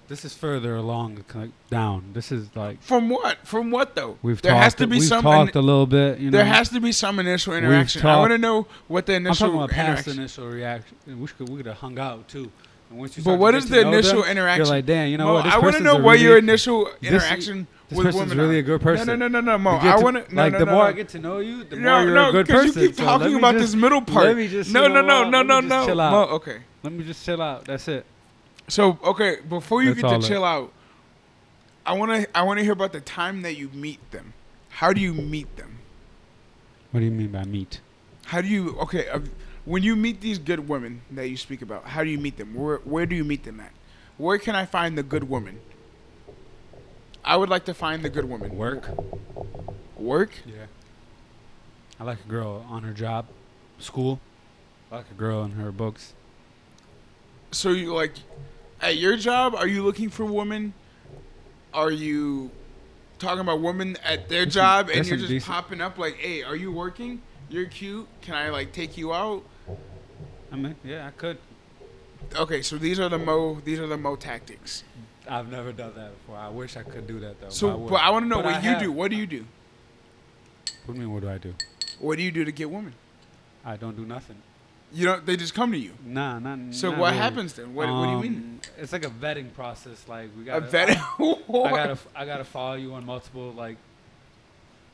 S4: This is further along like, down. This is like
S1: from what from what though
S4: we've
S1: there
S4: talked.
S1: has to be
S4: we've
S1: some
S4: talked a little bit. You know,
S1: there has to be some initial interaction i
S4: talked-
S1: want to know what the
S4: I'm
S1: initial
S4: talking about past
S1: interaction
S4: initial reaction. We could we could have hung out too. And once you
S1: But
S4: start to
S1: what
S4: get
S1: is
S4: to
S1: the
S4: know
S1: initial
S4: them,
S1: interaction?
S4: You're like, damn, you know
S1: Mo,
S4: what? This
S1: I want to
S4: person's
S1: know
S4: a
S1: what
S4: really,
S1: your initial
S4: this-
S1: interaction
S4: this
S1: with
S4: person's
S1: women
S4: really
S1: are.
S4: a good
S1: No,
S4: person.
S1: no, no, no, no, Mo.
S4: You get
S1: I
S4: to-
S1: want to. No,
S4: like
S1: no,
S4: the
S1: no.
S4: more I get to know you, the
S1: no,
S4: more you're
S1: no,
S4: a good
S1: 'cause
S4: person.
S1: You keep
S4: So let
S1: talking
S4: me
S1: about
S4: just-
S1: this middle part.
S4: Let me just
S1: no,
S4: you
S1: no,
S4: know
S1: no,
S4: what?
S1: no,
S4: Let me
S1: no,
S4: just
S1: no.
S4: Chill out.
S1: Mo, okay.
S4: Let me just chill out. That's it.
S1: So okay, before you
S4: That's
S1: get to
S4: all it-
S1: chill out, I want to. I want to hear about the time that you meet them. How do you meet them?
S4: What do you mean by meet?
S1: How do you? Okay, uh, when you meet these good women that you speak about, how do you meet them? Where Where do you meet them at? Where can I find the good woman? I would like to find the good woman.
S4: Work.
S1: Work.
S4: Yeah. I like a girl on her job, school. I like a girl in her books.
S1: So you like at your job? Are you looking for women? Are you talking about women at their
S4: There's some-
S1: job and
S4: there's
S1: you're
S4: some
S1: just
S4: decent-
S1: popping up like, "Hey, are you working? You're cute. Can I like take you out?"
S4: I mean, yeah, I could.
S1: Okay, so these are the mo these are the mo tactics.
S4: I've never done that before. I wish I could do that though.
S1: So,
S4: would.
S1: but I want to know
S4: But
S1: what
S4: I
S1: you
S4: have-
S1: do. What do you do?
S4: What do you mean? What do I do?
S1: What do you do to get women?
S4: I don't do nothing.
S1: You don't. They just come to you.
S4: Nah, not.
S1: So
S4: not
S1: what
S4: really.
S1: happens then? What, what do you mean?
S4: Um, It's like a vetting process. Like we
S1: A
S4: got
S1: vet?
S4: I gotta I gotta follow you on multiple like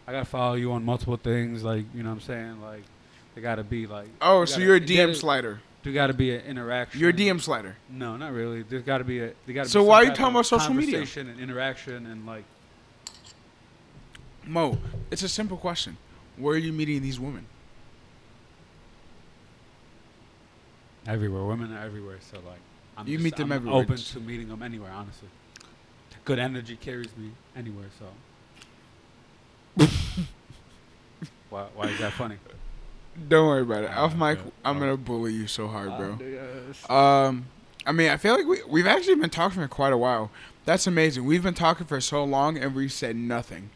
S4: I gotta follow you on multiple things like you know what I'm saying like they gotta be like
S1: oh,
S4: we
S1: so
S4: gotta-
S1: you're a
S4: there
S1: DM
S4: gotta-
S1: slider.
S4: There gotta be an interaction.
S1: You're a DM slider.
S4: No, not really. There's gotta be a there gotta
S1: So
S4: be some
S1: why are you
S4: type
S1: talking
S4: of
S1: about social media?
S4: Conversation and interaction and like
S1: Mo, it's a simple question. Where are you meeting these women?
S4: everywhere. Women are everywhere. So like I'm
S1: You
S4: just-
S1: meet them
S4: I'm
S1: everywhere.
S4: Open to meeting them anywhere. Honestly, good energy carries me anywhere. So. Why, why is that funny?
S1: Don't worry about it. Off mic,
S4: okay.
S1: I'm gonna bully you so hard, bro.
S4: Uh,
S1: Um, I mean, I feel like we we've actually been talking for quite a while. That's amazing. We've been talking for so long and we've said nothing.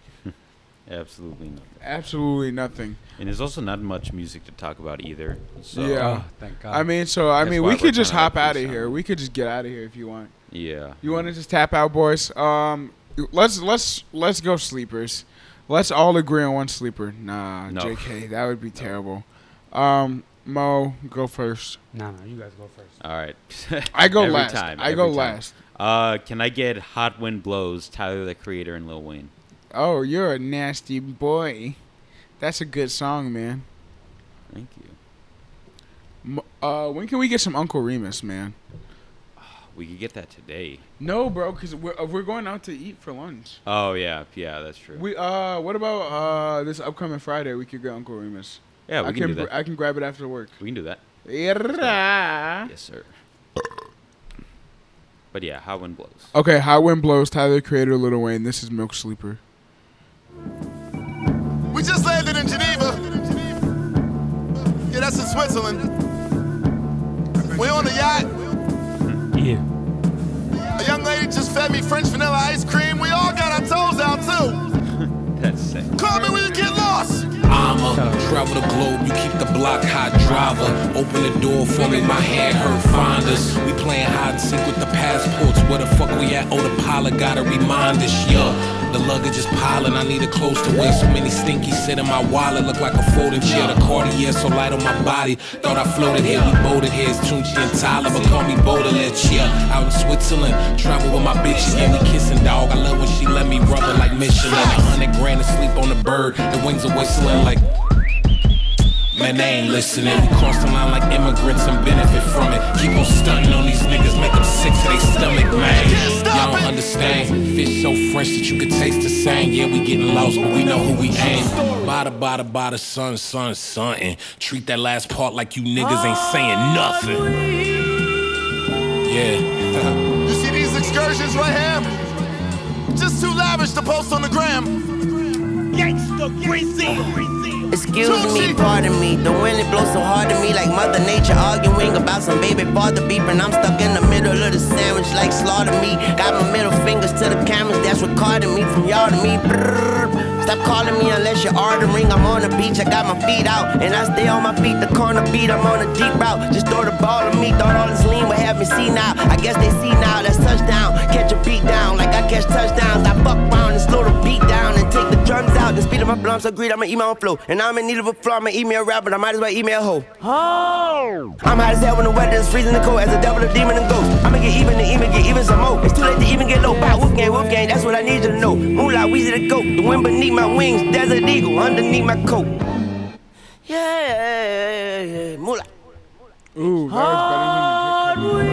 S3: Absolutely not.
S1: Absolutely nothing.
S3: And there's also not much music to talk about either. So
S1: Yeah.
S4: Oh, thank God.
S1: I mean, so I
S3: That's
S1: mean,
S3: why
S1: we
S3: we're
S1: could just
S3: kinda like
S1: hop out of
S3: this,
S1: here.
S3: huh?
S1: We could just get out of here if you want.
S3: yeah.
S1: You want to just tap out, boys? Um, let's let's let's go sleepers. Let's all agree on one sleeper. Nah,
S3: No.
S1: JK, that would be terrible. Um, Mo, go first.
S4: No, no, you guys go first.
S3: All right.
S1: I go
S3: Every
S1: last.
S3: time,
S1: I go
S3: every time.
S1: last.
S3: Uh, can I get Hot Wind Blows, Tyler the Creator, and Lil Wayne?
S1: Oh, you're a nasty boy. That's a good song, man.
S3: Thank you.
S1: M- Uh, when can we get some Uncle Remus, man?
S3: We could get that today.
S1: No, bro, because we're uh, we're going out to eat for lunch.
S3: Oh yeah, yeah, that's true.
S1: We uh, what about uh this upcoming Friday? We could get Uncle Remus.
S3: yeah, we
S1: I
S3: can, do
S1: br-
S3: that.
S1: I can grab it after work.
S3: we can do that.
S1: Yeah.
S3: Yes, sir. But yeah, Hot Wind Blows.
S1: Okay, Hot Wind Blows, Tyler the Creator, Lil Wayne. This is Milk Sleeper.
S5: We just landed in Geneva. Yeah, that's in Switzerland. We're on a yacht.
S4: Yeah.
S5: A young lady just fed me French vanilla ice cream. We all got our toes out too.
S1: Oh.
S3: That's sick.
S5: Call me when you get lost.
S4: Shout out.
S6: travel the globe, you keep the block hot driver. Open the door for me, my hand hurt finders. We playing hide and seek with the passports. Where the fuck we at? Oh, the pilot got a reminder. Yeah, the luggage is piling. I need it close to wear. So many stinky sit in my wallet. Look like a folding chair. The Cartier so light on my body. Thought I floated here. We boated here. It's Tunchi and Tyler. But call me Baudelaire. Yeah, out in Switzerland. Travel with my bitch again. We kissing, dog. I love when she let me rub her like Michelin. A hundred grand to sleep on the bird. The wings are whistling like. Man, they ain't listening. We cross the line like immigrants and benefit from it. Keep on stunting on these niggas, make them sick to their stomach, man. Y'all don't understand. Fish so fresh that you can taste the sand. Yeah, we getting lost, but we know who we ain't. Bada, bada, bada, son, son, something. Treat that last part like you niggas ain't saying nothing. Yeah.
S5: You see these excursions right here? Just too lavish to post on the gram.
S7: Excuse me, pardon me. The wind it blows so hard to me, like Mother Nature arguing about some baby father beeping. I'm stuck in the middle of the sandwich, like slaughter me. Got my middle fingers to the cameras, that's recording me from y'all to me. Brrr. Stop calling me unless you're ordering. I'm on the beach, I got my feet out, and I stay on my feet. The corner beat, I'm on a deep route. Just throw the ball to me, thought all this lean would have me see now. I guess they see now that's touchdown. Catch a beat down, like I catch touchdowns. I fuck round and slow the beat down and take the drums out. The speed of my blunt so greed, I'ma eat my own flow. And I'm in need of a flow, I'ma eat me a rap, but I might as well eat me a hoe. I'm hot as hell when the weather is freezing the cold as a devil, a demon, and ghost. I'ma get even and even get even some more. It's too late to even get low. Bow, wolf gang, wolf gang, that's what I need you to know. Moolah, Weezy the goat. The wind beneath my wings, desert eagle underneath my coat. Yeah, yeah, yeah, yeah, moolah.
S1: Ooh, that was better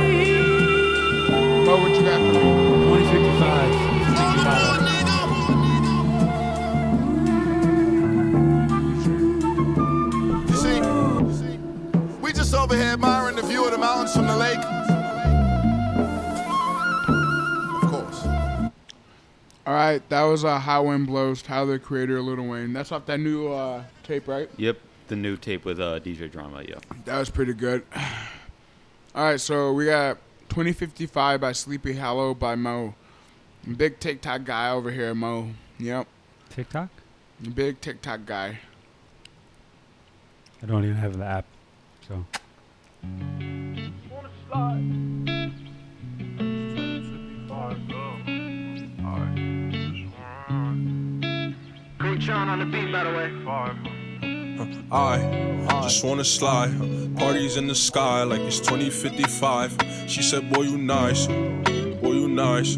S1: than the Mo, what you got for me?
S4: 2055.
S5: You see, we just over here admiring the view of the mountains from the lake. Of course.
S1: All right, that was uh, How Wind Blows, Tyler, the creator, Little Wayne. That's off that new uh, tape, right?
S3: Yep, the new tape with uh, DJ Drama. Yeah,
S1: That was pretty good. All right, so we got 2055 by Sleepy Hollow by Mo. Big TikTok guy over here, Mo. Yep,
S4: TikTok?
S1: big TikTok guy.
S4: I don't even have the app. So
S8: I just wanna slide. Parties in the sky like it's 2055. She said, Boy, you nice. Boy, you nice.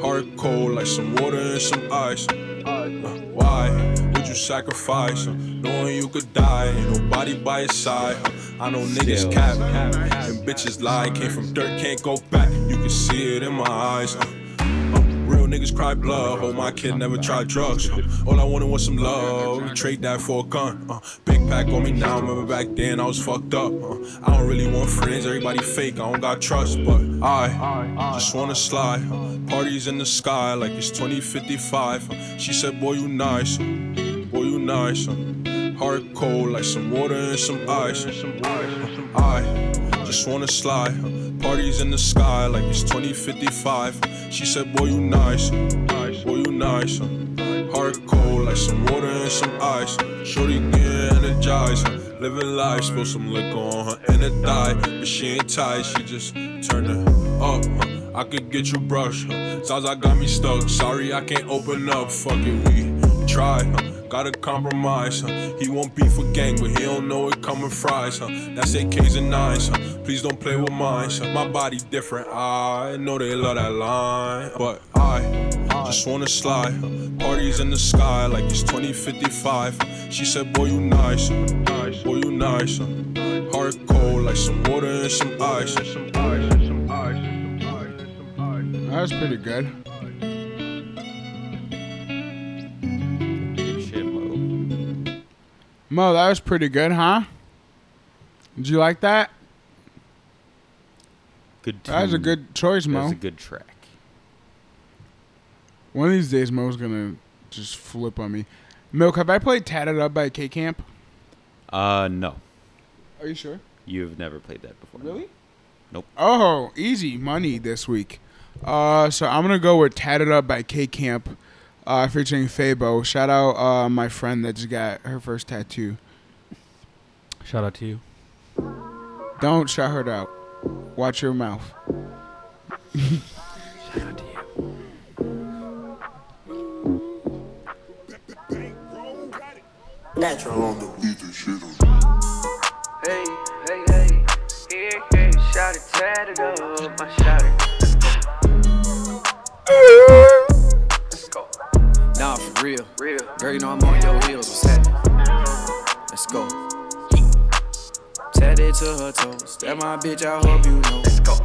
S8: Heart cold like some water and some ice. Why would you sacrifice? Knowing you could die, ain't nobody by your side. I know niggas
S3: Still.
S8: cap and bitches lie. Came from dirt, can't go back. You can see it in my eyes. Real niggas cry blood. Oh, my kid never tried drugs. Uh, All I wanted was some love. Trade that for a gun. Uh, big pack on me now. Remember back then I was fucked up. Uh, I don't really want friends. Everybody fake. I don't got trust. But I just wanna slide. Parties in the sky like it's 2055. She said, Boy, you nice. Boy, you nice. Uh, Heart cold like some water and some ice. I just wanna slide. Parties in the sky like it's 2055. She said, Boy, you nice. Boy, you nice. Heart cold like some water and some ice. Shorty get energized. Living life, spill some liquor on her and it die. But she ain't tight, she just turn it up. I could get you brush. Zaza got me stuck. Sorry, I can't open up. Fuck it, we try. Gotta compromise. huh? He won't beef for gang, but he don't know it coming fries. Huh? That's AKs and nines. Huh? Please don't play with mine. Huh? My body different. I know they love that line, but I just wanna slide. huh? Parties in the sky like it's 2055. She said, Boy, you nice. huh? Boy, you nice. huh? Heart cold like some water and some ice.
S1: That was pretty good.
S3: Good shit, Mo.
S1: Mo, that was pretty good, huh? Did you like that?
S3: Good.
S1: That was a
S3: tune.
S1: good choice,
S3: Mm. That was
S1: Mo.
S3: a good track.
S1: One of these days, Mo's gonna just flip on me. Milk, have I played Tatted Up by K Camp?
S3: Uh, no,
S1: Are you sure?
S3: you've never played that before.
S1: Oh, easy money this week. Uh, so I'm gonna go with "Tatted Up" by K Camp, uh, featuring Fabo. Shout out uh, my friend that just got her first tattoo.
S4: Shout out to you.
S1: Don't shout her out. Watch your mouth.
S4: Shout out to you.
S9: Hey, hey, hey, yeah, yeah. Shot it, tatted up, my shot it. Let's go. Nah, for real. Real. Girl, you know I'm on your heels. What's happening? Let's go. Tatted to her toes. That my bitch, I hope you know. Let's go.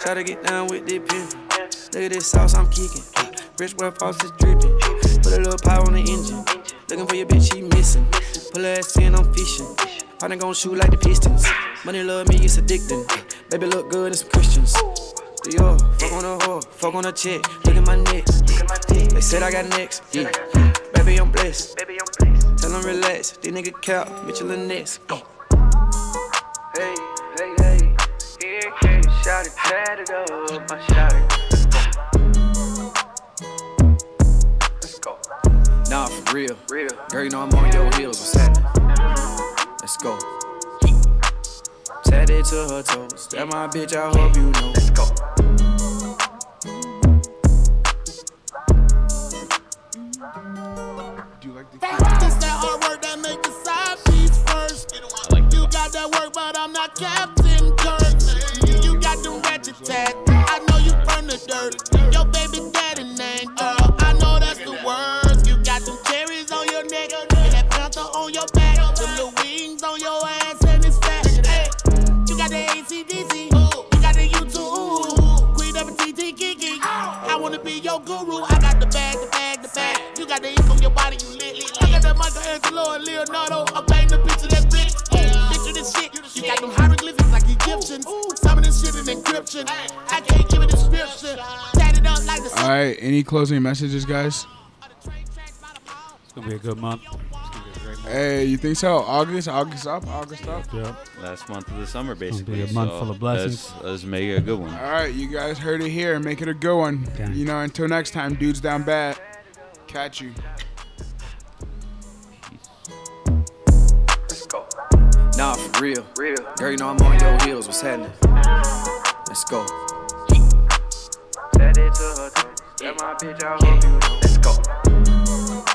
S9: Try to get down with the pimp. Look at this sauce I'm kicking. Rich where false is dripping. Put a little power on the engine. Looking for your bitch, she missing. Pull her ass in, I'm fishing. Partner gon' shoot like the Pistons. Money love me, it's addicting. Baby look good, it's some Christians. Yo, fuck on a whore, fuck on a chick. Look at my neck. They said I got next. Yeah. Baby, I'm blessed. Baby, I'm blessed. Tell them relax. These nigga cap, Michelin next. Go. Hey, hey, hey. Yeah, yeah. Shot it, tatted up. My shot it. Let's go. Nah, for real. Real. Girl, you know I'm on your heels. What's happening? Let's go. Tatted to her toes. That my bitch, I hope you know. Let's go.
S1: Do you like the
S10: It's that hard work that make the side piece first. You got that work, but I'm not Captain Kirk. You got them ratchet tat. I know you from the dirt. Your baby daddy name, girl. I know that's the worst. You got them cherries on your neck. And that panther on your back. The little wings on your ass and it's fat. Hey, you got the ACDC. You got the U2. Queen of a TT Kiki. I wanna be your guru. I got the bag, the bag, the bag. You got the ink on your body, you lit. lit. I got that Michelangelo and Leonardo. I bang the picture that rich. Oh, picture this shit. You got them hieroglyphics like Egyptians. Some of this shit is encryption. I can't give a description. Tatted up like the
S1: All right. Any closing messages, guys?
S4: It's gonna be a good month. It's gonna be a great month.
S1: Hey, you think so? August, August up, August up.
S4: Yeah.
S3: Last month of the summer,
S4: gonna be
S3: basically.
S4: a month
S3: so
S4: full of blessings.
S3: Let's, let's make it a good one.
S1: All right, you guys heard it here. Make it a good one.
S4: Okay.
S1: You know, until next time, dudes down bad. Catch you.
S9: Let's go. Nah, for real. Real. Girl, you know I'm on your heels. What's happening? Let's go. That it to her. toes. That my bitch. I hope you know. Let's go.